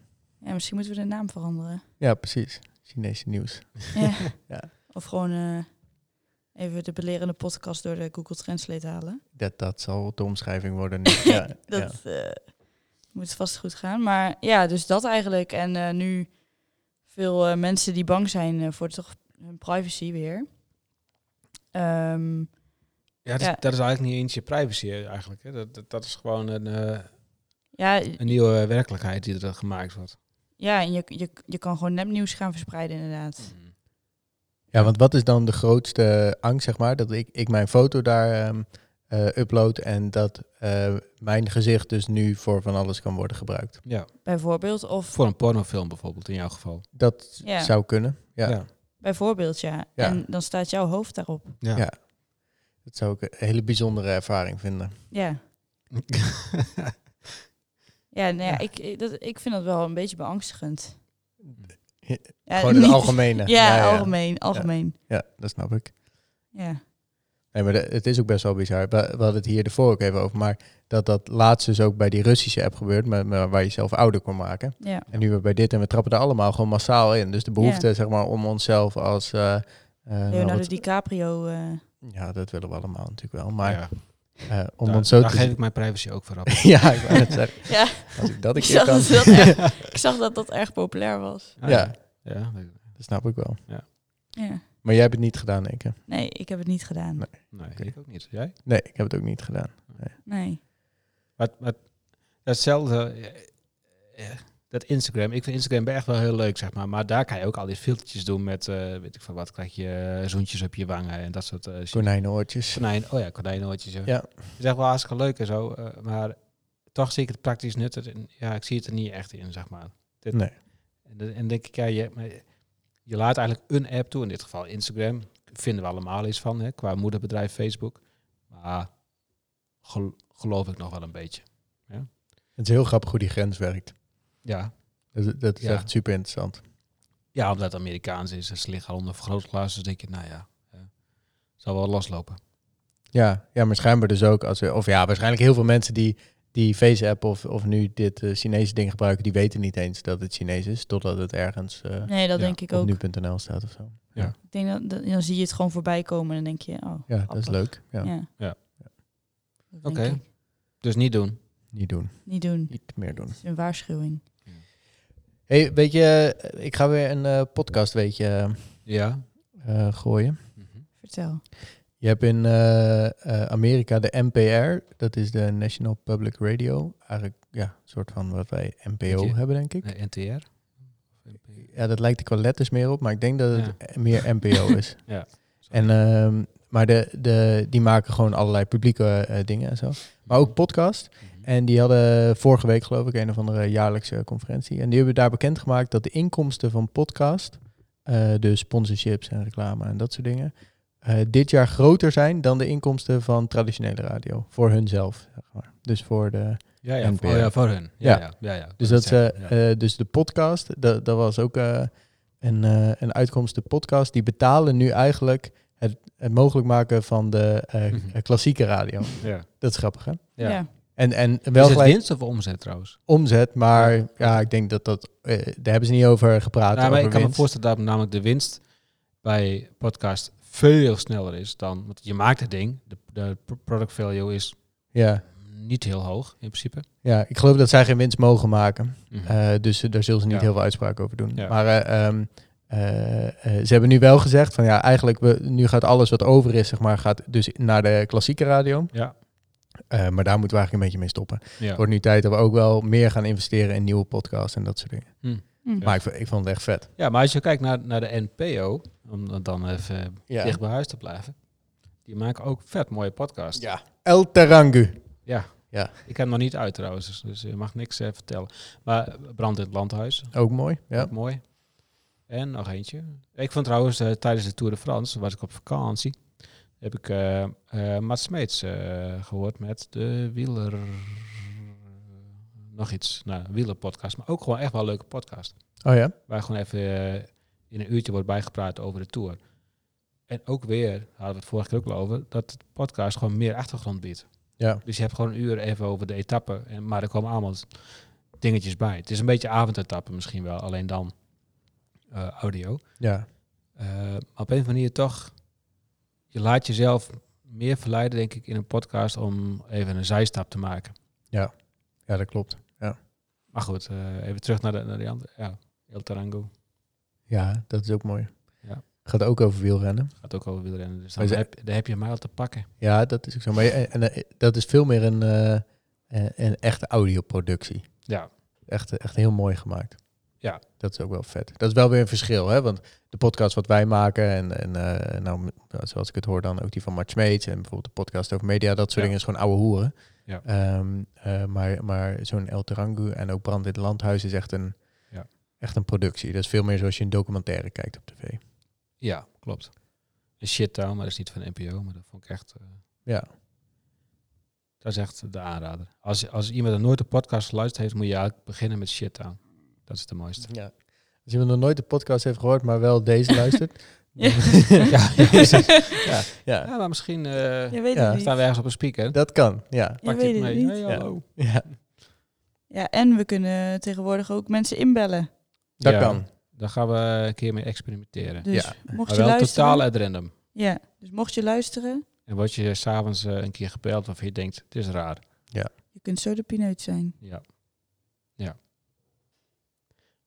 Speaker 3: Ja, misschien moeten we de naam veranderen.
Speaker 2: Ja, precies. Chinese nieuws.
Speaker 3: ja.
Speaker 2: Ja.
Speaker 3: Of gewoon eh, even de belerende podcast door de Google Translate halen.
Speaker 2: Dat, dat zal de omschrijving worden. nu. Ja, ja.
Speaker 3: Dat eh, moet vast goed gaan. Maar ja, dus dat eigenlijk. En eh, nu veel eh, mensen die bang zijn eh, voor toch hun privacy weer. Ehm,
Speaker 1: Ja, dat is,
Speaker 3: Ja.
Speaker 1: dat is eigenlijk niet eens je privacy hè, eigenlijk. Hè. Dat, dat, dat is gewoon een, eh,
Speaker 3: ja,
Speaker 1: een nieuwe werkelijkheid die er gemaakt wordt.
Speaker 3: ja en je, je, je kan gewoon nepnieuws gaan verspreiden inderdaad.
Speaker 2: Ja, want wat is dan de grootste angst, zeg maar? Dat ik, ik mijn foto daar ehm, eh, upload en dat eh, mijn gezicht dus nu voor van alles kan worden gebruikt.
Speaker 1: Ja,
Speaker 3: Bijvoorbeeld. Of
Speaker 1: voor een pornofilm bijvoorbeeld in jouw geval.
Speaker 2: Dat
Speaker 3: Ja.
Speaker 2: zou kunnen. Ja.
Speaker 3: bijvoorbeeld, ja.
Speaker 2: Ja.
Speaker 3: En dan staat jouw hoofd daarop.
Speaker 1: Ja.
Speaker 2: Ja. Dat zou ik een hele bijzondere ervaring vinden.
Speaker 3: Ja. Ja, nou ja, Ik, ik- dat, ik vind dat wel een beetje beangstigend. Ja,
Speaker 2: Gewoon het
Speaker 3: niet-
Speaker 2: algemene.
Speaker 3: Ja, algemeen, algemeen.
Speaker 2: Ja, dat snap ik.
Speaker 3: Ja.
Speaker 2: Nee, maar de- het is ook best wel bizar. We, we hadden het hier ervoor ook even over. Maar dat dat laatst dus ook bij die Russische app gebeurt, maar, maar waar je zelf ouder kon maken.
Speaker 3: Ja.
Speaker 2: En nu weer bij dit en we trappen er allemaal gewoon massaal in. Dus de behoefte, zeg maar, om onszelf als... eh, eh, nou,
Speaker 3: Leonardo
Speaker 2: wat-
Speaker 3: DiCaprio. eh,
Speaker 2: Ja, dat willen we allemaal natuurlijk wel. Maar
Speaker 1: Ja, Nou,
Speaker 2: eh, om
Speaker 1: daar,
Speaker 2: ons zo
Speaker 1: daar
Speaker 2: te...
Speaker 1: geef ik mijn privacy ook voor op. Ah,
Speaker 2: ja, ik wou net zeggen,
Speaker 3: ja,
Speaker 2: als ik dat een
Speaker 3: ik
Speaker 2: keer
Speaker 3: zag
Speaker 2: kan...
Speaker 3: dat, dat erg- ik zag dat dat erg populair was.
Speaker 1: Ah,
Speaker 2: Ja.
Speaker 1: ja.
Speaker 2: Dat snap ik wel.
Speaker 3: Ja.
Speaker 2: Maar jij hebt het niet gedaan, ik. hè?
Speaker 3: Nee, ik heb het niet gedaan.
Speaker 2: Nee.
Speaker 3: Nee.
Speaker 1: Nee,
Speaker 2: Oké.
Speaker 1: ik ook niet. Jij?
Speaker 2: Nee, ik heb het ook niet gedaan.
Speaker 1: Maar, maar hetzelfde. eh, eh, dat Instagram, ik vind Instagram echt wel heel leuk, zeg maar. Maar daar kan je ook al die filtertjes doen met, eh, weet ik van wat, krijg je eh, zoentjes op je wangen en dat soort eh shit.
Speaker 2: Konijnenoortjes.
Speaker 1: Konijn, oh ja, konijnoortjes. Ja.
Speaker 2: Ja.
Speaker 1: Het is echt wel hartstikke leuk en zo, eh, maar toch zie ik het praktisch nuttig. En, ja, ik zie het er niet echt in, zeg maar. Dit-
Speaker 2: Nee.
Speaker 1: En, dan- en denk ik, ja, je, maar je laat eigenlijk een app toe, in dit geval Instagram. Vinden we allemaal iets van, hè, qua moederbedrijf Facebook. Maar gel- geloof ik nog wel een beetje.
Speaker 2: Het is heel grappig hoe die grens werkt.
Speaker 1: Ja,
Speaker 2: Dat, dat is
Speaker 1: Ja.
Speaker 2: echt super interessant.
Speaker 1: ja omdat het Amerikaans is en ze liggen al onder vergrootglas. Dus denk je, nou ja, eh, zal wel loslopen.
Speaker 2: Ja, ja maar schijnbaar dus ook. Als, we- of ja, waarschijnlijk heel veel mensen die die Face-app of, of nu dit eh, Chinese ding gebruiken, die weten niet eens dat het Chinees is, totdat het ergens eh,
Speaker 3: Nee, dat
Speaker 1: Ja,
Speaker 3: denk ik
Speaker 2: op
Speaker 3: ook.
Speaker 2: nu.nl staat of zo.
Speaker 3: Ik denk dat, dat- dan zie je het gewoon voorbij komen en dan denk je, oh,
Speaker 2: Ja, dat is
Speaker 3: grappig.
Speaker 2: leuk. Ja,
Speaker 3: Ja.
Speaker 1: Ja.
Speaker 3: Dat denk
Speaker 1: Oké.
Speaker 3: ik.
Speaker 1: Dus niet doen.
Speaker 2: Niet doen.
Speaker 3: Niet doen.
Speaker 2: Niet meer doen.
Speaker 3: Het is een waarschuwing.
Speaker 2: hey, weet je, eh, ik ga weer een eh, podcast, weet je,
Speaker 1: Ja.
Speaker 2: eh, gooien.
Speaker 1: Mhm.
Speaker 3: Vertel.
Speaker 2: Je hebt in eh, eh, Amerika de NPR, dat is de National Public Radio. Eigenlijk ja, een soort van wat wij NPO
Speaker 1: Beetje-
Speaker 2: hebben, denk ik.
Speaker 1: Eh, NTR.
Speaker 2: Ja, dat lijkt er qua letters meer op, maar ik denk dat het meer NPO is.
Speaker 1: Ja,
Speaker 2: En, ehm, maar de, de, die maken gewoon allerlei publieke eh, dingen en zo. Maar ook podcast.
Speaker 1: Mhm.
Speaker 2: En die hadden vorige week geloof ik een of andere jaarlijkse conferentie. En die hebben daar bekendgemaakt dat de inkomsten van podcast, eh, dus sponsorships en reclame en dat soort dingen, eh, dit jaar groter zijn dan de inkomsten van traditionele radio. Voor hunzelf, zeg maar. Dus voor de
Speaker 1: Ja, ja,
Speaker 2: NPR.
Speaker 1: voor, oh ja, voor hun. Ja,
Speaker 2: Ja.
Speaker 1: ja. ja, ja.
Speaker 2: dus, dat ze,
Speaker 1: Ja.
Speaker 2: eh, dus de podcast, dat, dat was ook eh, een, eh, een uitkomst. De podcast, die betalen nu eigenlijk het, het mogelijk maken van de eh,
Speaker 1: Mhm.
Speaker 2: klassieke radio.
Speaker 1: ja.
Speaker 2: Dat is grappig, hè?
Speaker 1: Ja.
Speaker 3: Ja.
Speaker 2: En, en
Speaker 1: Wel
Speaker 2: wel
Speaker 1: is Dus het
Speaker 2: gelijk
Speaker 1: winst of omzet trouwens?
Speaker 2: omzet, maar ja. ik denk dat dat... eh, daar hebben ze niet over gepraat.
Speaker 1: Nou, maar
Speaker 2: over
Speaker 1: ik kan me
Speaker 2: winst.
Speaker 1: voorstellen dat namelijk de winst bij podcast veel sneller is dan... Want je maakt het ding, de, de pr- product value is
Speaker 2: Ja,
Speaker 1: niet heel hoog in principe.
Speaker 2: ja, ik geloof dat zij geen winst mogen maken.
Speaker 1: Mhm.
Speaker 2: Eh, dus eh, daar zullen ze niet
Speaker 1: Ja.
Speaker 2: heel veel uitspraak over doen.
Speaker 1: Ja.
Speaker 2: Maar eh, ehm, eh, eh, ze hebben nu wel gezegd van ja, eigenlijk we, nu gaat alles wat over is, zeg maar, gaat dus naar de klassieke radio.
Speaker 1: Ja.
Speaker 2: Eh, maar daar moeten we eigenlijk een beetje mee stoppen.
Speaker 1: ja.
Speaker 2: Het wordt nu tijd dat we ook wel meer gaan investeren in nieuwe podcasts en dat soort dingen.
Speaker 3: Hm.
Speaker 2: Maar ik, v- ik vond het echt vet.
Speaker 1: ja, maar als je kijkt naar, naar de NPO, om dan- dan even
Speaker 2: Ja.
Speaker 1: dicht bij huis te blijven. Die maken ook vet mooie podcasts.
Speaker 2: ja. El Terangu.
Speaker 1: Ik heb hem nog niet uit trouwens, dus- dus je mag niks eh, vertellen. Maar eh, Brand in het Landhuis,
Speaker 2: Ook mooi. Ja.
Speaker 1: Ook mooi. En nog eentje. Ik vond trouwens eh, tijdens de Tour de France, toen was ik op vakantie, heb ik eh eh Mats Smeets eh, gehoord met de wieler... Nog iets, nou, wielerpodcast. Maar ook gewoon echt wel een leuke podcast.
Speaker 2: Oh ja.
Speaker 1: Waar gewoon even eh, in een uurtje wordt bijgepraat over de Tour. En ook weer, hadden we het vorige keer ook al over, dat de podcast gewoon meer achtergrond biedt.
Speaker 2: Ja.
Speaker 1: Dus je hebt gewoon een uur even over de etappen. En, maar er komen allemaal dingetjes bij. Het is een beetje avondetappen misschien wel, alleen dan eh, audio.
Speaker 2: Ja.
Speaker 1: Eh, maar op een of andere manier toch, je laat jezelf meer verleiden, denk ik, in een podcast om even een zijstap te maken.
Speaker 2: Ja, dat klopt.
Speaker 1: Maar goed, eh, even terug naar de, naar die andere. Ja, El Tarango
Speaker 2: Ja, dat is ook mooi.
Speaker 1: Ja.
Speaker 2: Gaat ook over wielrennen.
Speaker 1: gaat ook over wielrennen. Dus
Speaker 2: Maar
Speaker 1: dan
Speaker 2: is-
Speaker 1: heb, daar heb je mij al te pakken.
Speaker 2: Ja, dat is ook zo. Maar je- en, eh, dat is veel meer een, eh, eh, een echte audioproductie.
Speaker 1: Ja.
Speaker 2: Echt, echt heel mooi gemaakt.
Speaker 1: Ja.
Speaker 2: Dat is ook wel vet. Dat is wel weer een verschil, hè? Want de podcast wat wij maken en, en eh, nou, zoals ik het hoor dan ook die van Mart Smeets en bijvoorbeeld de podcast over media, dat soort
Speaker 1: Ja.
Speaker 2: dingen is gewoon ouwe hoeren.
Speaker 1: Ja.
Speaker 2: Ehm, eh, maar maar zo'n El Terangu en ook Brand in het Landhuis is echt een,
Speaker 1: Ja.
Speaker 2: echt een productie. Dat is veel meer zoals je een documentaire kijkt op tv.
Speaker 1: Ja, klopt. Een shit town, maar dat is niet van NPO. Maar dat vond ik echt... eh,
Speaker 2: Ja.
Speaker 1: Dat is echt de aanrader. Als, als iemand er nooit een podcast geluisterd heeft, moet je eigenlijk beginnen met shit town. Dat is de mooiste.
Speaker 2: Ja. Als iemand nog nooit de podcast heeft gehoord, maar wel deze luistert.
Speaker 3: Ja.
Speaker 1: ja, precies. ja.
Speaker 2: ja,
Speaker 1: ja, maar misschien eh,
Speaker 3: Je weet
Speaker 2: Ja,
Speaker 3: het niet.
Speaker 1: staan we ergens op een speaker.
Speaker 2: dat kan. Ja.
Speaker 3: Je
Speaker 1: Pak
Speaker 3: weet
Speaker 1: dit
Speaker 3: het
Speaker 1: mee. oh.
Speaker 3: niet.
Speaker 1: Hey,
Speaker 2: Ja.
Speaker 1: hallo.
Speaker 2: ja.
Speaker 3: Ja, en we kunnen tegenwoordig ook mensen inbellen.
Speaker 2: Dat
Speaker 1: Ja,
Speaker 2: kan.
Speaker 1: Daar gaan we een keer mee experimenteren.
Speaker 3: Dus
Speaker 2: Ja.
Speaker 3: mocht
Speaker 1: Maar
Speaker 3: je
Speaker 1: wel
Speaker 3: luisteren.
Speaker 1: totaal ad random.
Speaker 3: Ja, dus mocht je luisteren,
Speaker 1: En word je s'avonds eh een keer gebeld waarvan je denkt, het is raar.
Speaker 3: je kunt zo de pineut zijn.
Speaker 1: Ja. Ja.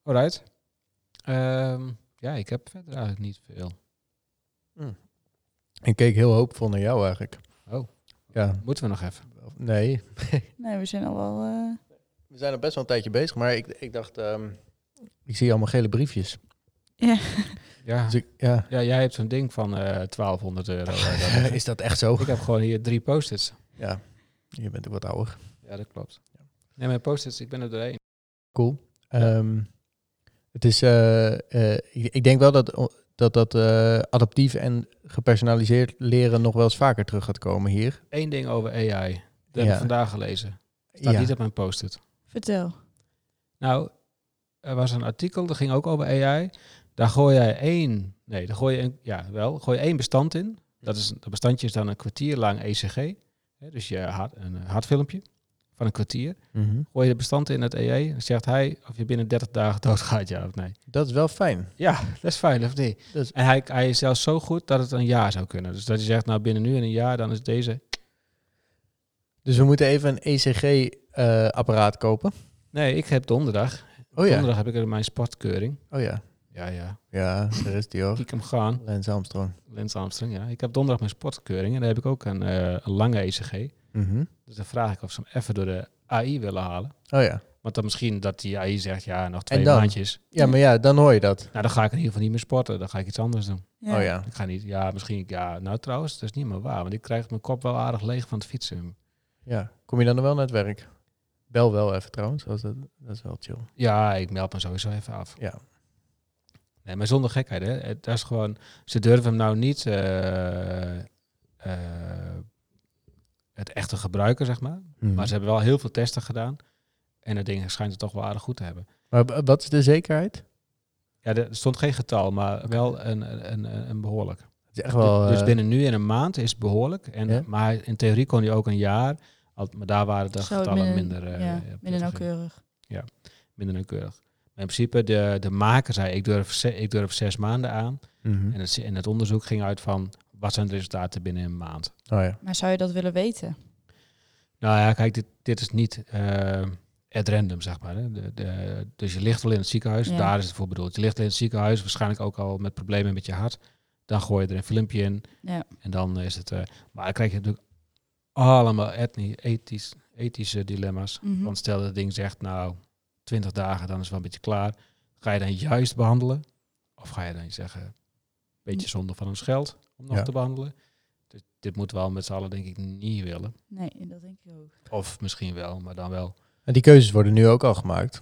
Speaker 1: Alright. Ehm, ja, ik heb verder eigenlijk niet veel.
Speaker 2: Ik keek heel hoopvol naar jou eigenlijk.
Speaker 1: Oh.
Speaker 2: Ja.
Speaker 1: Moeten we nog even.
Speaker 2: Nee.
Speaker 3: Nee, we zijn al wel... eh,
Speaker 2: We zijn al best wel een tijdje bezig, maar ik, ik dacht... ehm, ik zie allemaal gele briefjes.
Speaker 1: Ja,
Speaker 2: Dus ik, ja.
Speaker 1: ja jij hebt zo'n ding van eh 1200 euro. eh, dat-
Speaker 2: Is dat echt zo?
Speaker 1: ik heb gewoon hier drie post-its.
Speaker 2: Ja. Je bent ook wat ouder.
Speaker 1: Ja, dat klopt. Nee, mijn post-its, ik ben er doorheen.
Speaker 2: Cool. Ehm, het is, eh, eh, ik, ik denk wel dat o- dat, dat eh, adaptief en gepersonaliseerd leren nog wel eens vaker terug gaat komen hier.
Speaker 1: Eén ding over AI. Dat heb
Speaker 2: Ja.
Speaker 1: ik vandaag gelezen. Staat niet op mijn post-it.
Speaker 3: Vertel.
Speaker 1: Nou, er was een artikel, dat ging ook over AI. Daar gooi jij één, nee, daar gooi je een, ja, wel, gooi je één bestand in. Dat, is, dat bestandje is dan een kwartier lang ECG. Hè, dus je hart, een eh, hartfilmpje van een kwartier.
Speaker 2: Mhm.
Speaker 1: Gooi je de bestanden in het AI, dan zegt hij of je binnen 30 dagen doodgaat, ja of nee.
Speaker 2: Dat is wel fijn.
Speaker 1: Ja, dat is fijn, of niet?
Speaker 2: Dat is-
Speaker 1: En hij, hij is zelfs zo goed dat het een jaar zou kunnen. Dus dat je zegt, nou binnen nu en een jaar, dan is deze...
Speaker 2: Dus we moeten even een ECG-apparaat eh, kopen.
Speaker 1: Nee, ik heb donderdag.
Speaker 2: Oh ja.
Speaker 1: Donderdag heb ik er mijn sportkeuring.
Speaker 2: Oh ja.
Speaker 1: Ja, ja.
Speaker 2: Ja, daar is die hoor.
Speaker 1: Kiek hem gaan.
Speaker 2: Lance Armstrong.
Speaker 1: Lens Armstrong, ja. Ik heb donderdag mijn sportkeuring en daar heb ik ook een, eh, een lange ECG.
Speaker 2: Mhm.
Speaker 1: Dus dan vraag ik of ze hem even door de AI willen halen.
Speaker 2: Oh ja.
Speaker 1: Want dan misschien dat die AI zegt, ja, nog twee
Speaker 2: dan?
Speaker 1: maandjes.
Speaker 2: Ja, maar ja, dan hoor je dat.
Speaker 1: Nou, dan ga ik in ieder geval niet meer sporten. Dan ga ik iets anders doen.
Speaker 2: Oh ja.
Speaker 1: Ik ga niet, ja, misschien, ja, nou trouwens, dat is niet meer waar. Want ik krijg mijn kop wel aardig leeg van het fietsen.
Speaker 2: Ja. Kom je dan nog wel naar het werk? Bel wel even trouwens. als Dat, dat is wel chill.
Speaker 1: Ja, ik meld me sowieso even af.
Speaker 2: Ja.
Speaker 1: Nee, maar zonder gekheid, hè. Het- Dat is gewoon, ze durven hem nou niet eh, eh, het echte gebruiken, zeg maar.
Speaker 2: Mhm.
Speaker 1: Maar ze hebben wel heel veel testen gedaan. En dat ding schijnt het toch wel aardig goed te hebben.
Speaker 2: Maar b- wat is de zekerheid?
Speaker 1: Ja, er stond geen getal, maar wel een, een, een, een behoorlijk.
Speaker 2: Het is echt wel...
Speaker 1: dus
Speaker 2: eh,
Speaker 1: binnen nu en een maand is het behoorlijk. En,
Speaker 2: Ja?
Speaker 1: Maar hij- in theorie kon hij ook een jaar. al- Maar daar waren de
Speaker 3: Zo,
Speaker 1: getallen
Speaker 3: binnen-
Speaker 1: minder, eh,
Speaker 3: ja, minder
Speaker 1: prettig.
Speaker 3: nauwkeurig.
Speaker 1: minder nauwkeurig. Maar in principe, de, de maker zei, ik durf, ze- ik durf zes maanden aan.
Speaker 2: mhm.
Speaker 1: En het, en het onderzoek ging uit van, wat zijn de resultaten binnen een maand?
Speaker 2: Oh ja.
Speaker 3: Maar zou je dat willen weten?
Speaker 1: Nou ja, kijk, dit, dit is niet eh at random, zeg maar. Hè. De, de, dus je ligt al in het ziekenhuis,
Speaker 3: Ja.
Speaker 1: daar is het voor bedoeld. Je ligt al in het ziekenhuis, waarschijnlijk ook al met problemen met je hart. Dan gooi je er een filmpje in
Speaker 3: Ja.
Speaker 1: en dan is het... eh, maar dan krijg je natuurlijk allemaal etni, ethisch, ethische dilemma's.
Speaker 3: Mhm.
Speaker 1: Want stel dat het ding zegt, nou, 20 dagen, dan is het wel een beetje klaar. Ga je dan juist behandelen? Of ga je dan zeggen, een beetje zonde van ons geld om nog
Speaker 2: Ja.
Speaker 1: te behandelen? Dus dit moeten we al met z'n allen denk ik niet willen.
Speaker 3: Nee, dat denk ik ook.
Speaker 1: Of misschien wel, maar dan wel.
Speaker 2: En die keuzes worden nu ook al gemaakt.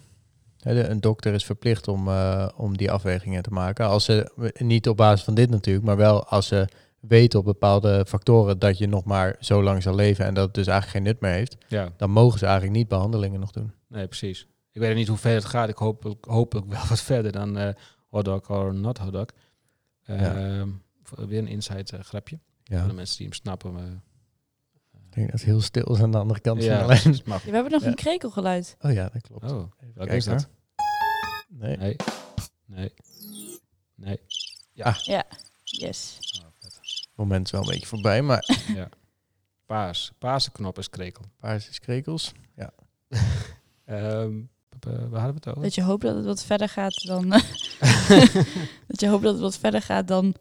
Speaker 2: Hè, de- Een dokter is verplicht om, eh, om die afwegingen te maken. Als ze, eh, niet op basis van dit natuurlijk, maar wel als ze weten op bepaalde factoren dat je nog maar zo lang zal leven en dat het dus eigenlijk geen nut meer heeft,
Speaker 1: Ja,
Speaker 2: dan mogen ze eigenlijk niet behandelingen nog doen.
Speaker 1: nee, precies. Ik weet niet hoe ver het gaat. Ik hoop hopelijk wel wat verder dan eh hotdog or not hotdog. Ehm, voor- Weer een inside eh, grapje.
Speaker 2: Ja,
Speaker 1: Voor de mensen die hem snappen. eh. maar-
Speaker 2: ik denk dat het heel stil is aan de andere kant van
Speaker 1: ja,
Speaker 2: de lijn.
Speaker 1: dat mag.
Speaker 3: Ja, we hebben nog
Speaker 2: Ja.
Speaker 3: een krekelgeluid.
Speaker 2: Oh ja, dat klopt.
Speaker 1: Oh,
Speaker 2: Even
Speaker 1: welke is
Speaker 2: kijken
Speaker 1: dat?
Speaker 2: hoor. Nee.
Speaker 1: Nee. Nee. Nee.
Speaker 2: Ah.
Speaker 3: Yes.
Speaker 2: moment is wel een beetje voorbij, maar
Speaker 1: Paars. Paarse knop is krekel.
Speaker 2: paars is krekels.
Speaker 1: Ehm, p- p- waar hadden we het over?
Speaker 3: Dat je hoopt dat het wat verder gaat dan... dat je hoopt dat het wat verder gaat dan...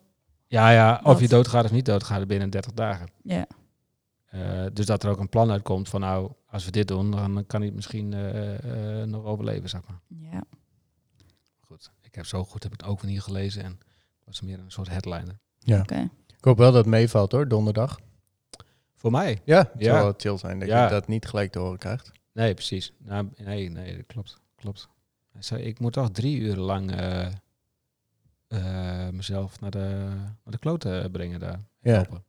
Speaker 1: Ja, ja. Of
Speaker 3: Wat?
Speaker 1: je doodgaat of niet doodgaat binnen 30 dagen.
Speaker 3: Ja.
Speaker 1: Eh, dus dat er ook een plan uitkomt van nou, als we dit doen, dan kan hij het misschien eh, eh, nog overleven, zeg maar.
Speaker 3: Ja.
Speaker 1: Goed, ik heb zo goed heb ik het ook weer niet gelezen en het was meer een soort headliner.
Speaker 3: Oké.
Speaker 2: Ik hoop wel dat het meevalt hoor, donderdag.
Speaker 1: Voor mij?
Speaker 2: Ja, het
Speaker 1: Ja.
Speaker 2: zou wel chill zijn dat
Speaker 1: Ja.
Speaker 2: je dat niet gelijk te horen krijgt.
Speaker 1: Nee, precies. Nou, nee, nee, dat klopt. klopt. Hij zei, ik moet toch drie uur lang eh, eh, mezelf naar de, naar de kloten brengen daar.
Speaker 2: Ja.
Speaker 1: Helpen.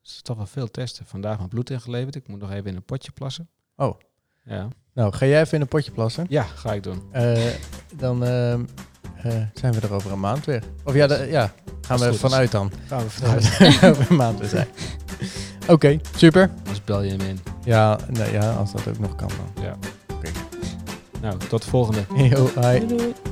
Speaker 1: Dus het is toch wel veel testen. Vandaag mijn bloed ingeleverd. Ik moet nog even in een potje plassen.
Speaker 2: Oh.
Speaker 1: Ja,
Speaker 2: Nou, ga jij even in een potje plassen?
Speaker 1: ja ga ik doen.
Speaker 2: Eh, dan ehm, eh, zijn we er over een maand weer. Of ja, da- ja gaan
Speaker 1: Als het
Speaker 2: we
Speaker 1: goed is.
Speaker 2: vanuit dan.
Speaker 1: Gaan we
Speaker 2: Dat we over een maand weer zijn. Oké, super.
Speaker 1: Anders Dus bel je hem in.
Speaker 2: Ja, nou, ja, als dat ook nog kan dan.
Speaker 1: Nou, tot de volgende.
Speaker 2: Yo, hi.
Speaker 3: Doei doei.